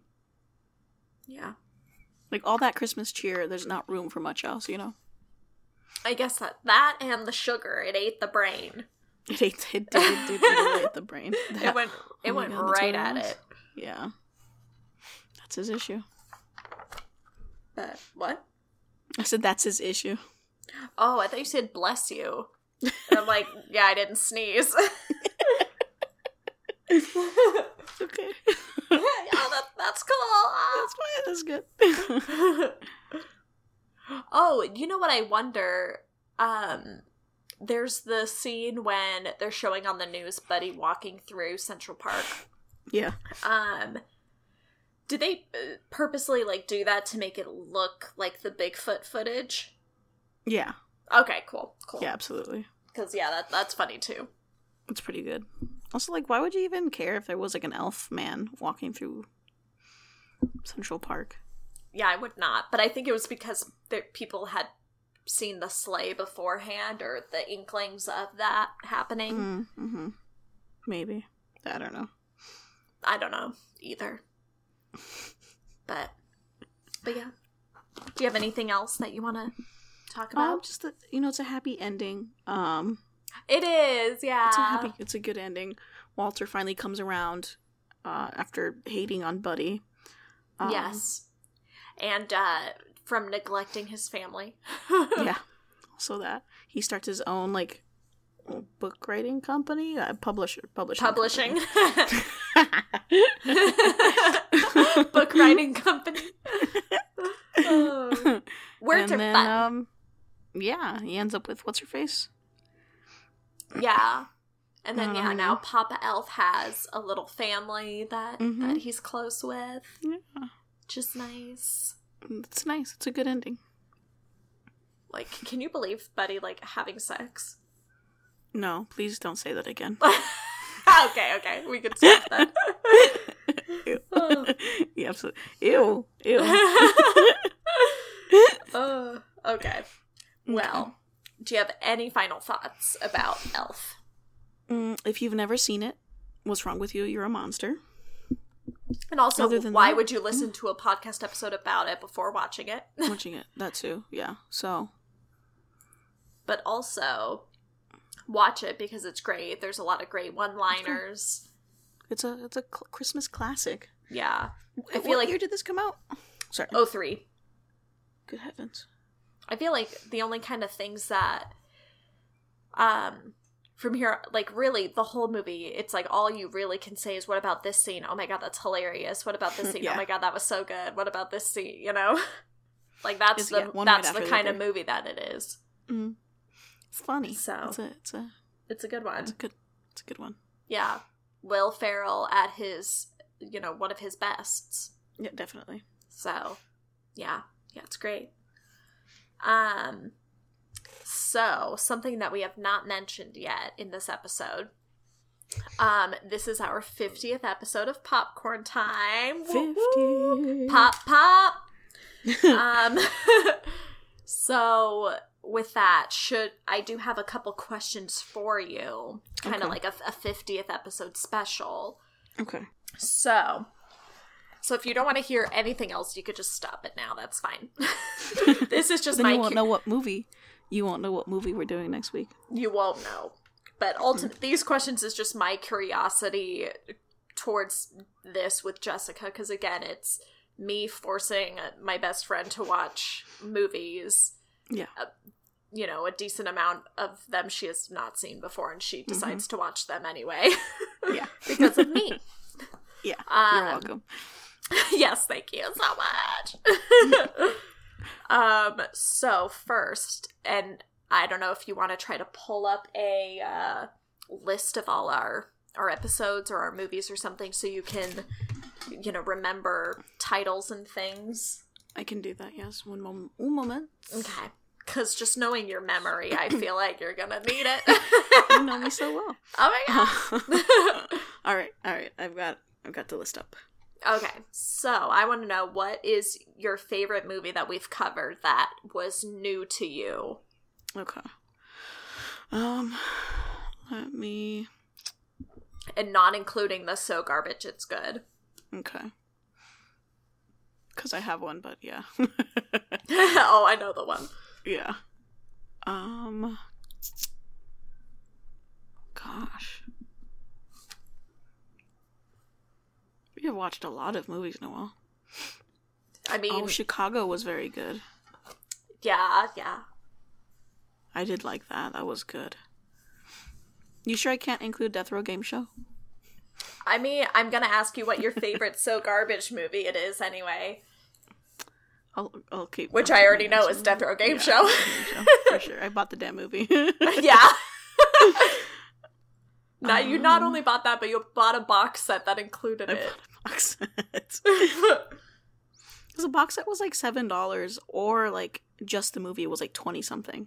[SPEAKER 1] Yeah.
[SPEAKER 3] Like all that Christmas cheer, there's not room for much else, you know. *laughs*
[SPEAKER 1] I guess that that and the sugar it ate the brain.
[SPEAKER 3] It ate, it did, it did eat away at the *laughs* brain.
[SPEAKER 1] It
[SPEAKER 3] That-
[SPEAKER 1] went. It
[SPEAKER 3] Oh my
[SPEAKER 1] went
[SPEAKER 3] God, that's
[SPEAKER 1] right
[SPEAKER 3] what it
[SPEAKER 1] at
[SPEAKER 3] was.
[SPEAKER 1] it.
[SPEAKER 3] yeah, that's his issue.
[SPEAKER 1] But what?
[SPEAKER 3] I said that's his issue.
[SPEAKER 1] Oh, I thought you said bless you. And I'm
[SPEAKER 3] *laughs*
[SPEAKER 1] like, yeah, I didn't sneeze. *laughs* oh,
[SPEAKER 3] *laughs* Okay,
[SPEAKER 1] that, that's cool. Ah.
[SPEAKER 3] that's why that's good.
[SPEAKER 1] oh, you know what I wonder? Um, there's the scene when they're showing on the news Buddy walking through Central Park.
[SPEAKER 3] *laughs* yeah,
[SPEAKER 1] Um, do they uh, purposely like do that to make it look like the Bigfoot footage?
[SPEAKER 3] yeah,
[SPEAKER 1] Okay, cool, cool.
[SPEAKER 3] yeah, absolutely.
[SPEAKER 1] because yeah, that that's funny too.
[SPEAKER 3] It's pretty good. Also, like, why would you even care if there was like an elf man walking through Central Park?
[SPEAKER 1] Yeah, I would not, but I think it was because there, people had seen the sleigh beforehand or the inklings of that happening.
[SPEAKER 3] Mm-hmm. Maybe. I don't know.
[SPEAKER 1] I don't know either, but but yeah. Do you have anything else that you want to talk about?
[SPEAKER 3] Um, just that you know, it's a happy ending. Um,
[SPEAKER 1] it is, yeah.
[SPEAKER 3] it's a happy, it's a good ending. Walter finally comes around uh, after hating on Buddy.
[SPEAKER 1] *laughs*
[SPEAKER 3] Um,
[SPEAKER 1] yes, and uh, from neglecting his
[SPEAKER 3] *laughs*
[SPEAKER 1] family.
[SPEAKER 3] yeah. Also, that he starts his own like book writing company, uh, publisher, publishing, *laughs*
[SPEAKER 1] publishing *laughs*
[SPEAKER 3] company.
[SPEAKER 1] book writing company oh. words
[SPEAKER 3] and
[SPEAKER 1] are
[SPEAKER 3] then,
[SPEAKER 1] fun
[SPEAKER 3] um, yeah, he ends up with what's her face.
[SPEAKER 1] yeah and then yeah
[SPEAKER 3] um,
[SPEAKER 1] now papa elf has a little family that
[SPEAKER 3] Mhm.
[SPEAKER 1] that he's close with
[SPEAKER 3] Yeah,
[SPEAKER 1] which is nice
[SPEAKER 3] it's nice. It's a good ending.
[SPEAKER 1] like can you believe buddy like having sex *laughs*
[SPEAKER 3] No, please don't say that again. *laughs*
[SPEAKER 1] okay okay we could stop that
[SPEAKER 3] Ew.
[SPEAKER 1] Oh.
[SPEAKER 3] yeah, absolutely. Ew, ew.
[SPEAKER 1] *laughs* oh, okay well do you have any final thoughts about elf
[SPEAKER 3] Mm, if you've never seen it, what's wrong with you? You're a monster.
[SPEAKER 1] And also,
[SPEAKER 3] Other than
[SPEAKER 1] why
[SPEAKER 3] that-
[SPEAKER 1] would you listen to a podcast episode about it before watching it? *laughs*
[SPEAKER 3] Watching it, that too. Yeah. So
[SPEAKER 1] but also, watch it because it's great. There's a lot of great one-liners.
[SPEAKER 3] it's a it's a cl- Christmas classic.
[SPEAKER 1] Yeah. I feel
[SPEAKER 3] what
[SPEAKER 1] like-
[SPEAKER 3] Oh, year did this come out? Sorry.
[SPEAKER 1] Oh three.
[SPEAKER 3] Good heavens.
[SPEAKER 1] I feel like the only kind of things that um from here like really the whole movie it's like all you really can say is what about this scene? Oh my god, that's hilarious. What
[SPEAKER 3] *laughs*
[SPEAKER 1] about this scene?
[SPEAKER 3] Yeah.
[SPEAKER 1] Oh my god, that was so good. What about this scene, you know? *laughs* like that's
[SPEAKER 3] It's-
[SPEAKER 1] the
[SPEAKER 3] yeah, one right
[SPEAKER 1] that's the
[SPEAKER 3] after the
[SPEAKER 1] kind of
[SPEAKER 3] other.
[SPEAKER 1] movie that it is.
[SPEAKER 3] Mm. It's funny.
[SPEAKER 1] So.
[SPEAKER 3] it's a it's a
[SPEAKER 1] It's a good
[SPEAKER 3] it's
[SPEAKER 1] one.
[SPEAKER 3] a good it's a good one.
[SPEAKER 1] Yeah. Will Ferrell at his you know, one of his bests.
[SPEAKER 3] Yeah, definitely.
[SPEAKER 1] So, yeah, yeah, it's great. Um, so something that we have not mentioned yet in this episode. Um, this is our fiftieth episode of Popcorn Time. Woo woo.
[SPEAKER 3] Fifty.
[SPEAKER 1] Pop
[SPEAKER 3] *laughs*
[SPEAKER 1] pop. um, *laughs* so with that, should I do have a couple questions for you? Kind of
[SPEAKER 3] Okay.
[SPEAKER 1] like a fiftieth episode special.
[SPEAKER 3] Okay.
[SPEAKER 1] So, so if you don't want to hear anything else, you could just stop it now. That's fine. *laughs* this is just
[SPEAKER 3] Then
[SPEAKER 1] my.
[SPEAKER 3] you won't
[SPEAKER 1] cu-
[SPEAKER 3] know what movie. You won't know what movie we're doing next week.
[SPEAKER 1] you won't know. But ultimately, these questions is just my curiosity towards this with Jessica because again, it's me forcing my best friend to watch movies.
[SPEAKER 3] Yeah.
[SPEAKER 1] Uh, you know, a decent amount of them she has not seen before, and
[SPEAKER 3] Mm-hmm.
[SPEAKER 1] she decides to watch them anyway
[SPEAKER 3] *laughs* Yeah.
[SPEAKER 1] because of *laughs* me.
[SPEAKER 3] *laughs* Yeah. You're
[SPEAKER 1] Um,
[SPEAKER 3] welcome.
[SPEAKER 1] *laughs* yes, thank you so much. *laughs* um, so first, and I don't know if you want to try to pull up a uh, list of all our our episodes or our movies or something, so you can, you know, remember titles and things.
[SPEAKER 3] I can do that. Yes. One moment. One moment.
[SPEAKER 1] Okay. Because just knowing your memory, I feel like you're gonna need it.
[SPEAKER 3] *laughs*
[SPEAKER 1] *laughs*
[SPEAKER 3] You know me so well.
[SPEAKER 1] oh my
[SPEAKER 3] *laughs*
[SPEAKER 1] god.
[SPEAKER 3] all right. All right. I've got. I've got the list up.
[SPEAKER 1] Okay, so I want to know what is your favorite movie that we've covered that was new to you?
[SPEAKER 3] Okay. Um. Let me.
[SPEAKER 1] And not including the So Garbage It's Good. *laughs*
[SPEAKER 3] Okay. Because I have one, but yeah. *laughs*
[SPEAKER 1] oh, I know the one.
[SPEAKER 3] yeah. Um. Gosh. We have watched a lot of movies in a while.
[SPEAKER 1] I mean,
[SPEAKER 3] Oh, Chicago was very good.
[SPEAKER 1] yeah, yeah.
[SPEAKER 3] I did like that. That was good. You sure I can't include Death Row Game Show?
[SPEAKER 1] I mean, I'm going to ask you what your
[SPEAKER 3] *laughs*
[SPEAKER 1] favorite So Garbage movie it is anyway,
[SPEAKER 3] I'll, I'll keep.
[SPEAKER 1] which
[SPEAKER 3] I'll
[SPEAKER 1] I
[SPEAKER 3] keep
[SPEAKER 1] already
[SPEAKER 3] my
[SPEAKER 1] know
[SPEAKER 3] answer.
[SPEAKER 1] is Death Row Game
[SPEAKER 3] Oh, Yeah,
[SPEAKER 1] Show. *laughs*
[SPEAKER 3] Game Show, for sure. I bought the damn movie. *laughs*
[SPEAKER 1] yeah. *laughs* now, you not only bought that, but you bought a box set that included
[SPEAKER 3] Um, I
[SPEAKER 1] it.
[SPEAKER 3] bought a box set.
[SPEAKER 1] *laughs*
[SPEAKER 3] Because the box set was like seven dollars, or like just the movie was like twenty something.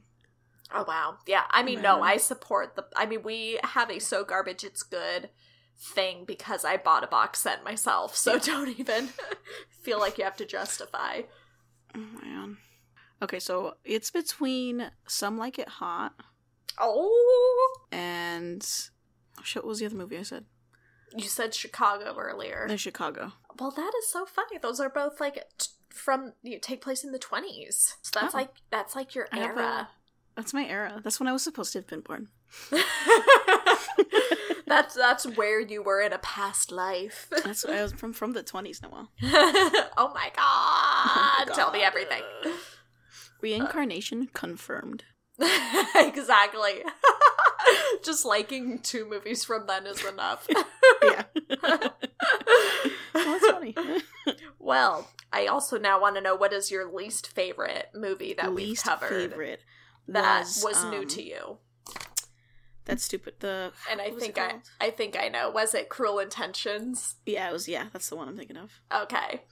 [SPEAKER 1] Oh wow. Yeah. I mean no,
[SPEAKER 3] Man.
[SPEAKER 1] I support the I mean we have a so garbage it's good thing because I bought a box set myself. So don't even *laughs* feel like you have to justify.
[SPEAKER 3] Oh man. Okay, so it's between Some Like It Hot
[SPEAKER 1] Oh.
[SPEAKER 3] and oh shit. What was the other movie I said?
[SPEAKER 1] You said Chicago earlier.
[SPEAKER 3] No, Chicago.
[SPEAKER 1] Well, that is so funny. Those are both like t- from you take place in the 20s. So that's
[SPEAKER 3] Oh.
[SPEAKER 1] like that's like your
[SPEAKER 3] I have
[SPEAKER 1] era.
[SPEAKER 3] a- that's my era. That's when I was supposed to have been born.
[SPEAKER 1] *laughs* that's that's where you were in a past
[SPEAKER 3] *laughs*
[SPEAKER 1] life. *laughs*
[SPEAKER 3] That's what I was from from the twenties, Noel.
[SPEAKER 1] oh my god. Tell me
[SPEAKER 3] Oh God.
[SPEAKER 1] everything.
[SPEAKER 3] Reincarnation confirmed. *laughs*
[SPEAKER 1] *laughs* exactly. *laughs* Just liking two movies from then is enough. *laughs*
[SPEAKER 3] Yeah, well, that's funny.
[SPEAKER 1] well, I also now want to know what is your least favorite movie *laughs* that
[SPEAKER 3] Least
[SPEAKER 1] we've covered
[SPEAKER 3] favorite
[SPEAKER 1] that was, new
[SPEAKER 3] um,
[SPEAKER 1] to you.
[SPEAKER 3] That's stupid. The
[SPEAKER 1] And I
[SPEAKER 3] what was it
[SPEAKER 1] think I
[SPEAKER 3] called?
[SPEAKER 1] I think I know. Was it Cruel Intentions?
[SPEAKER 3] yeah, it was yeah. That's the one I'm thinking of.
[SPEAKER 1] Okay.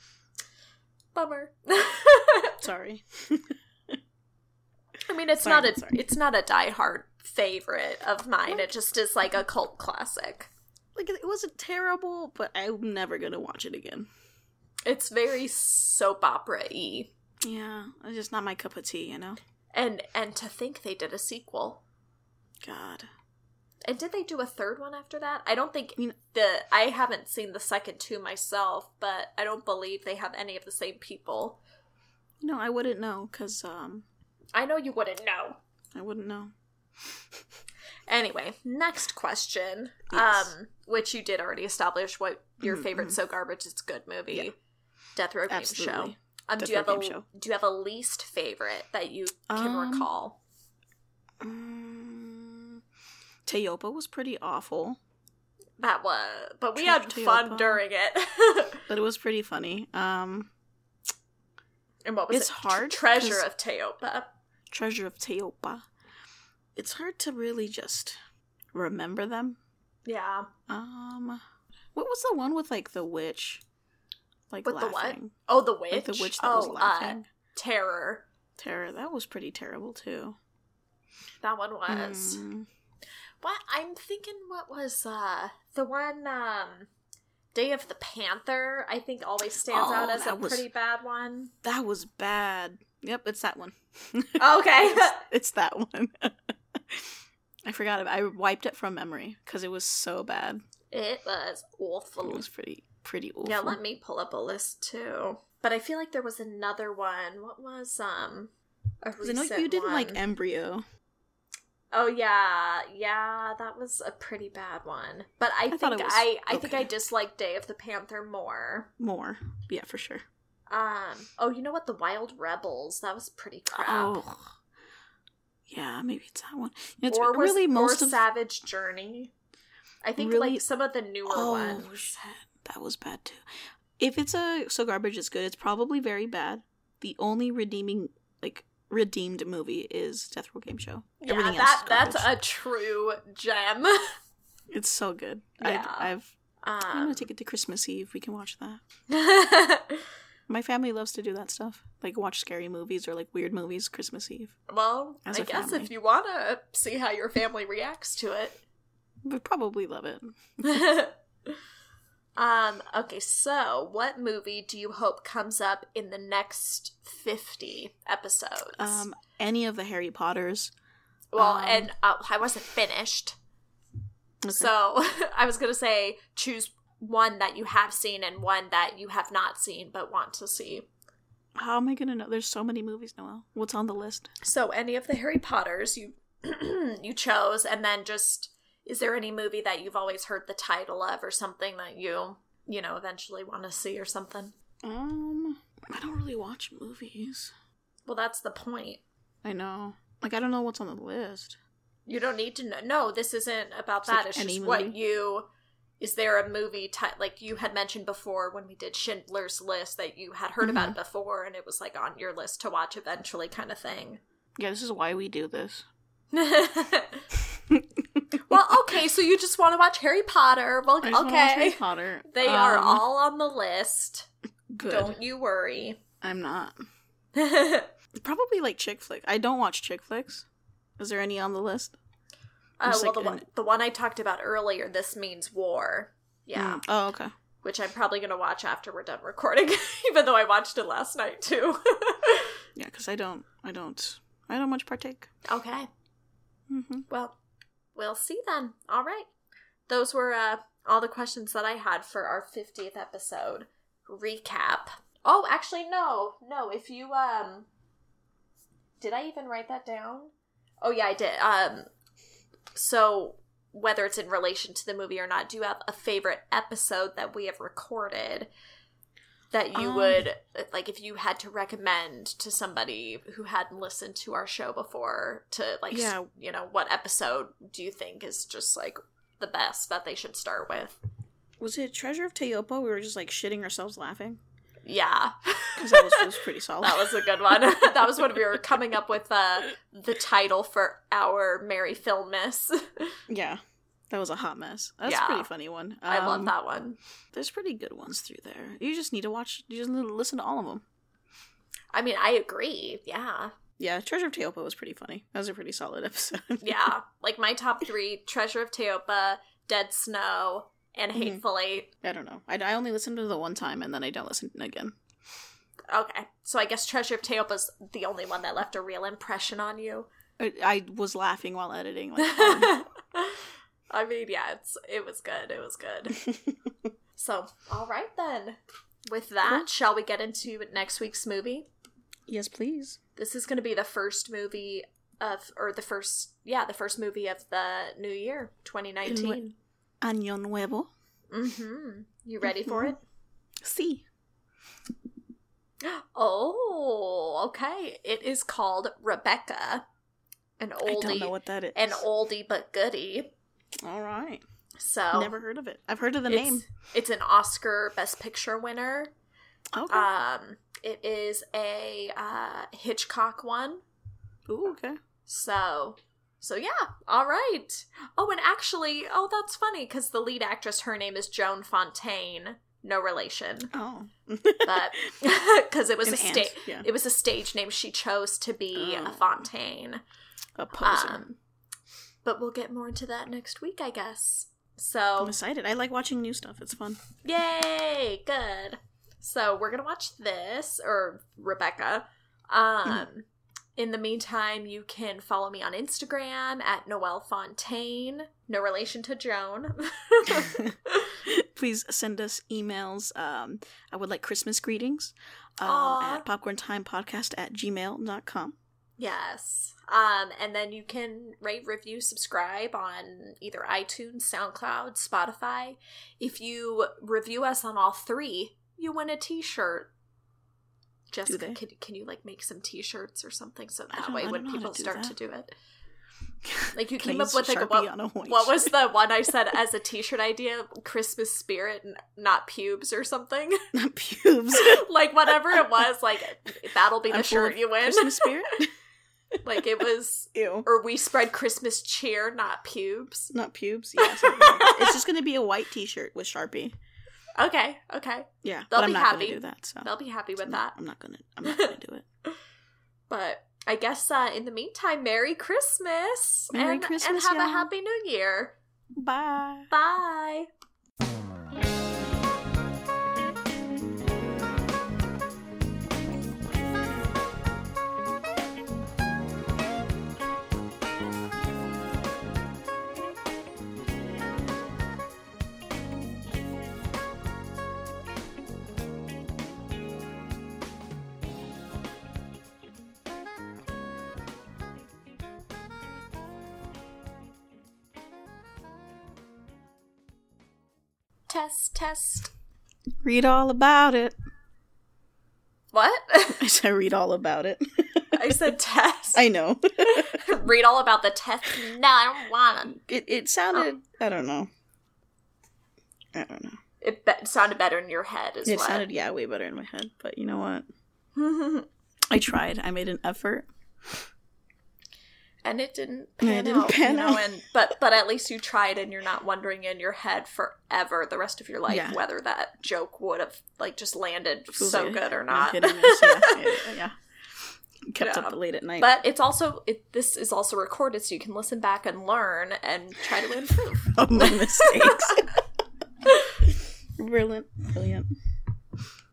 [SPEAKER 1] Bummer. *laughs*
[SPEAKER 3] Sorry.
[SPEAKER 1] I mean, it's
[SPEAKER 3] Sorry,
[SPEAKER 1] not a
[SPEAKER 3] sorry.
[SPEAKER 1] it's not a diehard favorite of mine. It just is like a cult classic.
[SPEAKER 3] Like it wasn't terrible, but I'm never gonna watch it again.
[SPEAKER 1] It's very soap opera y.
[SPEAKER 3] Yeah, it's just not my cup of tea, you know.
[SPEAKER 1] And and to think they did a sequel.
[SPEAKER 3] God,
[SPEAKER 1] And did they do a third one after that? I don't think
[SPEAKER 3] I mean-
[SPEAKER 1] the I haven't seen the second two myself, but I don't believe they have any of the same people.
[SPEAKER 3] you know I wouldn't know because um
[SPEAKER 1] I know you wouldn't know.
[SPEAKER 3] I wouldn't know.
[SPEAKER 1] Anyway, next question.
[SPEAKER 3] Yes.
[SPEAKER 1] Um which you did already establish what your
[SPEAKER 3] Mhm,
[SPEAKER 1] favorite
[SPEAKER 3] mhm.
[SPEAKER 1] so garbage it's good movie.
[SPEAKER 3] Yeah.
[SPEAKER 1] Death Row Game
[SPEAKER 3] Absolutely,
[SPEAKER 1] Show. Um, do you have
[SPEAKER 3] Definitely
[SPEAKER 1] a
[SPEAKER 3] game show.
[SPEAKER 1] do you have a least favorite that you can
[SPEAKER 3] Um,
[SPEAKER 1] recall?
[SPEAKER 3] Mm, Teopa was pretty awful,
[SPEAKER 1] That was, but we
[SPEAKER 3] Trip
[SPEAKER 1] had
[SPEAKER 3] to
[SPEAKER 1] fun
[SPEAKER 3] Yopa.
[SPEAKER 1] during it. *laughs*
[SPEAKER 3] but it was pretty funny. Um,
[SPEAKER 1] and what was
[SPEAKER 3] It's
[SPEAKER 1] it? Tr-
[SPEAKER 3] hard,
[SPEAKER 1] Treasure
[SPEAKER 3] 'cause-
[SPEAKER 1] of Teopa.
[SPEAKER 3] Treasure of Teopa. It's hard to really just remember them.
[SPEAKER 1] Yeah.
[SPEAKER 3] Um, what was the one with like the witch, like
[SPEAKER 1] With the what?
[SPEAKER 3] laughing,
[SPEAKER 1] Oh, the witch.
[SPEAKER 3] like the witch that
[SPEAKER 1] oh,
[SPEAKER 3] was laughing?
[SPEAKER 1] Uh, terror.
[SPEAKER 3] Terror. That was pretty terrible too.
[SPEAKER 1] That one was.
[SPEAKER 3] Mm,
[SPEAKER 1] What I'm thinking, what was uh the one? um Day of the Panther. I think always stands
[SPEAKER 3] Oh,
[SPEAKER 1] out as a
[SPEAKER 3] that was-
[SPEAKER 1] pretty bad
[SPEAKER 3] *laughs*
[SPEAKER 1] one.
[SPEAKER 3] that was bad. Yep, it's that
[SPEAKER 1] *laughs*
[SPEAKER 3] one.
[SPEAKER 1] Okay.
[SPEAKER 3] it's that one. *laughs* I forgot it. I wiped it from memory because it was so bad.
[SPEAKER 1] *laughs* it was awful.
[SPEAKER 3] It was pretty pretty awful.
[SPEAKER 1] Yeah, let me pull up a list too. But I feel like there was another one. What was um? A
[SPEAKER 3] 'Cause I know
[SPEAKER 1] recent
[SPEAKER 3] you didn't like
[SPEAKER 1] one?
[SPEAKER 3] embryo.
[SPEAKER 1] Oh yeah, yeah, that was a pretty bad one. But I, think
[SPEAKER 3] thought it was
[SPEAKER 1] I I think
[SPEAKER 3] okay.
[SPEAKER 1] I dislike Day of the Panther more.
[SPEAKER 3] More. Yeah, for sure.
[SPEAKER 1] Um oh, you know what? The Wild Rebels, that was pretty crap.
[SPEAKER 3] Oh. Yeah, maybe it's that one. It's
[SPEAKER 1] or was,
[SPEAKER 3] really most
[SPEAKER 1] or
[SPEAKER 3] of
[SPEAKER 1] Savage Journey. I think
[SPEAKER 3] Really-
[SPEAKER 1] like some of the newer
[SPEAKER 3] Oh,
[SPEAKER 1] ones.
[SPEAKER 3] shit. That was bad too. If it's a so garbage is good, it's probably very bad. The only redeeming like redeemed movie is Death Row Game Show.
[SPEAKER 1] Yeah,
[SPEAKER 3] Everything
[SPEAKER 1] that
[SPEAKER 3] else is
[SPEAKER 1] that's
[SPEAKER 3] garbage.
[SPEAKER 1] a true gem.
[SPEAKER 3] it's so good.
[SPEAKER 1] Yeah.
[SPEAKER 3] I, I've I'm
[SPEAKER 1] Um,
[SPEAKER 3] gonna take it to Christmas Eve. We can watch that. My family loves to do that stuff, like watch scary movies or like weird movies Christmas Eve.
[SPEAKER 1] *laughs* well,
[SPEAKER 3] As
[SPEAKER 1] I
[SPEAKER 3] a
[SPEAKER 1] guess
[SPEAKER 3] family.
[SPEAKER 1] if you want to see how your family reacts to it,
[SPEAKER 3] Would probably love it.
[SPEAKER 1] *laughs* um okay so what movie do you hope comes up in the next 50 episodes
[SPEAKER 3] Um, any of the Harry Potters.
[SPEAKER 1] well
[SPEAKER 3] um,
[SPEAKER 1] and uh, i wasn't finished
[SPEAKER 3] Okay.
[SPEAKER 1] so *laughs* i was gonna say choose one that you have seen and one that you have not seen but want to see
[SPEAKER 3] how am I gonna know? There's so many movies, Noel. What's on the list?
[SPEAKER 1] so any of the harry potters you *clears throat* you chose and then just is there any movie that you've always heard the title of or something that you you know eventually want to see or something
[SPEAKER 3] Um, I don't really watch movies.
[SPEAKER 1] well that's the point
[SPEAKER 3] I know. Like I don't know what's on the list.
[SPEAKER 1] You don't need to know. No, this isn't about
[SPEAKER 3] It's
[SPEAKER 1] that.
[SPEAKER 3] like
[SPEAKER 1] it's
[SPEAKER 3] any
[SPEAKER 1] just what
[SPEAKER 3] movie.
[SPEAKER 1] you. Is there a movie type like you had mentioned before when we did Schindler's List that you had heard
[SPEAKER 3] Mm-hmm.
[SPEAKER 1] about it before and it was like on your list to watch eventually kind of
[SPEAKER 3] *laughs*
[SPEAKER 1] thing?
[SPEAKER 3] Yeah, this is why we do this.
[SPEAKER 1] well, okay, so you just want to watch Harry Potter. Well,
[SPEAKER 3] I just wanna watch Harry
[SPEAKER 1] okay.
[SPEAKER 3] Potter.
[SPEAKER 1] *laughs* They are
[SPEAKER 3] Um,
[SPEAKER 1] all on the list.
[SPEAKER 3] good.
[SPEAKER 1] Don't you worry. *laughs*
[SPEAKER 3] I'm not.
[SPEAKER 1] Uh,
[SPEAKER 3] Probably like chick flick. I don't watch chick flicks. Is there any on the list? I'm just
[SPEAKER 1] Oh, well, the
[SPEAKER 3] like
[SPEAKER 1] one,
[SPEAKER 3] in-
[SPEAKER 1] the one I talked about earlier, This Means War. Yeah.
[SPEAKER 3] Mm. Oh, okay.
[SPEAKER 1] which I'm probably going to watch after we're done recording, *laughs* even though I watched it last night too. *laughs*
[SPEAKER 3] Yeah, because I don't. I don't. I don't much partake.
[SPEAKER 1] okay.
[SPEAKER 3] hmm
[SPEAKER 1] Well, we'll see then. All right. Those were uh, all the questions that I had for our 50th episode recap. Oh, actually, no. No, if you, um, did I even write that down? Oh, yeah, I did. Um, so whether it's in relation to the movie or not, do you have a favorite episode that we have recorded that you
[SPEAKER 3] Um,
[SPEAKER 1] would like if you had to recommend to somebody who hadn't listened to our show before to like s-
[SPEAKER 3] Yeah.
[SPEAKER 1] you know what episode do you think is just like the best that they should start with?
[SPEAKER 3] Was it Treasure of Teopa? We were just like shitting ourselves laughing
[SPEAKER 1] Yeah. *laughs*
[SPEAKER 3] because that was, it was pretty solid.
[SPEAKER 1] That was a good one. *laughs* that was when we were coming up with uh, the title for our Mary Film Miss.
[SPEAKER 3] *laughs* yeah, that was a hot mess. That's
[SPEAKER 1] Yeah.
[SPEAKER 3] a pretty funny one.
[SPEAKER 1] *laughs* I love
[SPEAKER 3] Um,
[SPEAKER 1] that one.
[SPEAKER 3] There's pretty good ones through there. You just need to watch. You just need to listen to all of them.
[SPEAKER 1] I mean, I agree. Yeah.
[SPEAKER 3] Yeah, Treasure of Teopa was pretty funny. That was a pretty solid *laughs* episode. *laughs*
[SPEAKER 1] Yeah. like my top three Treasure of Teopa, Dead Snow, and
[SPEAKER 3] Mhm.
[SPEAKER 1] Hateful Eight.
[SPEAKER 3] I don't know. I, I only listened to the one time and then I don't listen again.
[SPEAKER 1] Okay. So I guess Treasure of Teopa's the only one that left a real impression on
[SPEAKER 3] *laughs*
[SPEAKER 1] you.
[SPEAKER 3] I, I was laughing while editing. *laughs* Like, hard.
[SPEAKER 1] I mean, yeah, it's it was good. It was
[SPEAKER 3] *laughs*
[SPEAKER 1] good. so, all right then. With that,
[SPEAKER 3] Cool.
[SPEAKER 1] shall we get into next week's movie?
[SPEAKER 3] yes, please.
[SPEAKER 1] This is going to be the first movie of or the first yeah, the first movie of the new year, 2019.
[SPEAKER 3] Año nuevo.
[SPEAKER 1] Mm-hmm.
[SPEAKER 3] Mm-hmm.
[SPEAKER 1] Mhm. You ready for it? *gasps*
[SPEAKER 3] See.
[SPEAKER 1] Oh, okay. It is called Rebecca. An
[SPEAKER 3] I don't know
[SPEAKER 1] oldie,
[SPEAKER 3] what that is.
[SPEAKER 1] an oldie but goodie.
[SPEAKER 3] All right.
[SPEAKER 1] So
[SPEAKER 3] Never heard of it. I've heard of the
[SPEAKER 1] it's,
[SPEAKER 3] name.
[SPEAKER 1] It's an Oscar Best Picture winner.
[SPEAKER 3] Okay.
[SPEAKER 1] Um, it is a uh, Hitchcock one.
[SPEAKER 3] Ooh, okay.
[SPEAKER 1] So, so yeah, all right. Oh, and actually, oh, that's funny because the lead actress, her name is Joan Fontaine. No relation,
[SPEAKER 3] Oh. *laughs*
[SPEAKER 1] but *laughs* because it was
[SPEAKER 3] An
[SPEAKER 1] a
[SPEAKER 3] aunt,
[SPEAKER 1] stage,
[SPEAKER 3] yeah.
[SPEAKER 1] it was a stage name she chose to be a
[SPEAKER 3] Oh.
[SPEAKER 1] Fontaine.
[SPEAKER 3] A poser.
[SPEAKER 1] Um, but we'll get more into that next week, I guess.
[SPEAKER 3] I'm
[SPEAKER 1] So,
[SPEAKER 3] excited. I like watching new stuff. It's
[SPEAKER 1] *laughs*
[SPEAKER 3] fun. *laughs*
[SPEAKER 1] yay, good. So we're gonna watch this or Rebecca. Um, in the meantime, you can follow me on Instagram at Noelle Fontaine. No relation to Joan. *laughs*
[SPEAKER 3] Please send us emails. Um, I would like Christmas greetings um,
[SPEAKER 1] Aw.
[SPEAKER 3] at popcorntimepodcast at gmail.com.
[SPEAKER 1] yes. Um, and then you can rate, review, subscribe on either iTunes, SoundCloud, Spotify. If you review us on all three, you win a T-shirt. Jessica,
[SPEAKER 3] they?
[SPEAKER 1] can, can you like make some T-shirts or something so
[SPEAKER 3] I
[SPEAKER 1] that
[SPEAKER 3] don't- I
[SPEAKER 1] way
[SPEAKER 3] don't
[SPEAKER 1] when
[SPEAKER 3] know how
[SPEAKER 1] people
[SPEAKER 3] to do
[SPEAKER 1] start
[SPEAKER 3] that.
[SPEAKER 1] to do it,
[SPEAKER 3] *laughs*
[SPEAKER 1] like you
[SPEAKER 3] Can I
[SPEAKER 1] came up
[SPEAKER 3] use
[SPEAKER 1] with like
[SPEAKER 3] Sharpie
[SPEAKER 1] what,
[SPEAKER 3] on a white
[SPEAKER 1] What was the one I
[SPEAKER 3] *laughs*
[SPEAKER 1] said as a t-shirt idea? Christmas spirit, n- not pubes or
[SPEAKER 3] *laughs*
[SPEAKER 1] something. *laughs*
[SPEAKER 3] pubes?
[SPEAKER 1] like whatever it was, *laughs* like that'll be the
[SPEAKER 3] I'm full
[SPEAKER 1] shirt
[SPEAKER 3] of
[SPEAKER 1] you win.
[SPEAKER 3] Christmas spirit?
[SPEAKER 1] *laughs* Like it was,
[SPEAKER 3] Ew.
[SPEAKER 1] or we spread Christmas cheer, not pubes.
[SPEAKER 3] Not pubes. Yeah, something like that. it's just going to be a white t shirt with Sharpie.
[SPEAKER 1] Okay, okay,
[SPEAKER 3] Yeah.
[SPEAKER 1] They'll
[SPEAKER 3] but I'm
[SPEAKER 1] be
[SPEAKER 3] not
[SPEAKER 1] happy.
[SPEAKER 3] going to do that. So.
[SPEAKER 1] they'll be happy with
[SPEAKER 3] I'm
[SPEAKER 1] that.
[SPEAKER 3] not- I'm not going to I'm not going to
[SPEAKER 1] *laughs*
[SPEAKER 3] do it.
[SPEAKER 1] But I guess uh, in the meantime, Merry Christmas,
[SPEAKER 3] Merry
[SPEAKER 1] and, and
[SPEAKER 3] Christmas,
[SPEAKER 1] have a
[SPEAKER 3] y'all.
[SPEAKER 1] happy New Year.
[SPEAKER 3] Bye.
[SPEAKER 1] Bye. Test, test.
[SPEAKER 3] Read all about it.
[SPEAKER 1] What? *laughs*
[SPEAKER 3] *laughs* I said read all about it.
[SPEAKER 1] I said test.
[SPEAKER 3] I know.
[SPEAKER 1] *laughs* Read all about the test. No, I don't want to.
[SPEAKER 3] It it sounded
[SPEAKER 1] Oh.
[SPEAKER 3] I don't know. I don't know.
[SPEAKER 1] It be- sounded better in your head, is
[SPEAKER 3] It
[SPEAKER 1] what.
[SPEAKER 3] sounded yeah, way better in my head, but you know what?
[SPEAKER 1] *laughs*
[SPEAKER 3] I tried. I made an effort.
[SPEAKER 1] and it didn't
[SPEAKER 3] And
[SPEAKER 1] pan
[SPEAKER 3] it didn't
[SPEAKER 1] out,
[SPEAKER 3] pan
[SPEAKER 1] you know,
[SPEAKER 3] out.
[SPEAKER 1] and but but at least you tried and you're not wondering in your head forever the rest of your life
[SPEAKER 3] Yeah.
[SPEAKER 1] whether that joke would have like just landed
[SPEAKER 3] It was
[SPEAKER 1] so
[SPEAKER 3] like,
[SPEAKER 1] good or
[SPEAKER 3] no
[SPEAKER 1] not. *laughs*
[SPEAKER 3] kidding, yes, yeah, yeah, yeah. Kept
[SPEAKER 1] Yeah.
[SPEAKER 3] up late at night. *laughs*
[SPEAKER 1] But it's also it, this is also recorded, so you can listen back and learn and try to improve. *laughs*
[SPEAKER 3] of my mistakes. brilliant. Brilliant.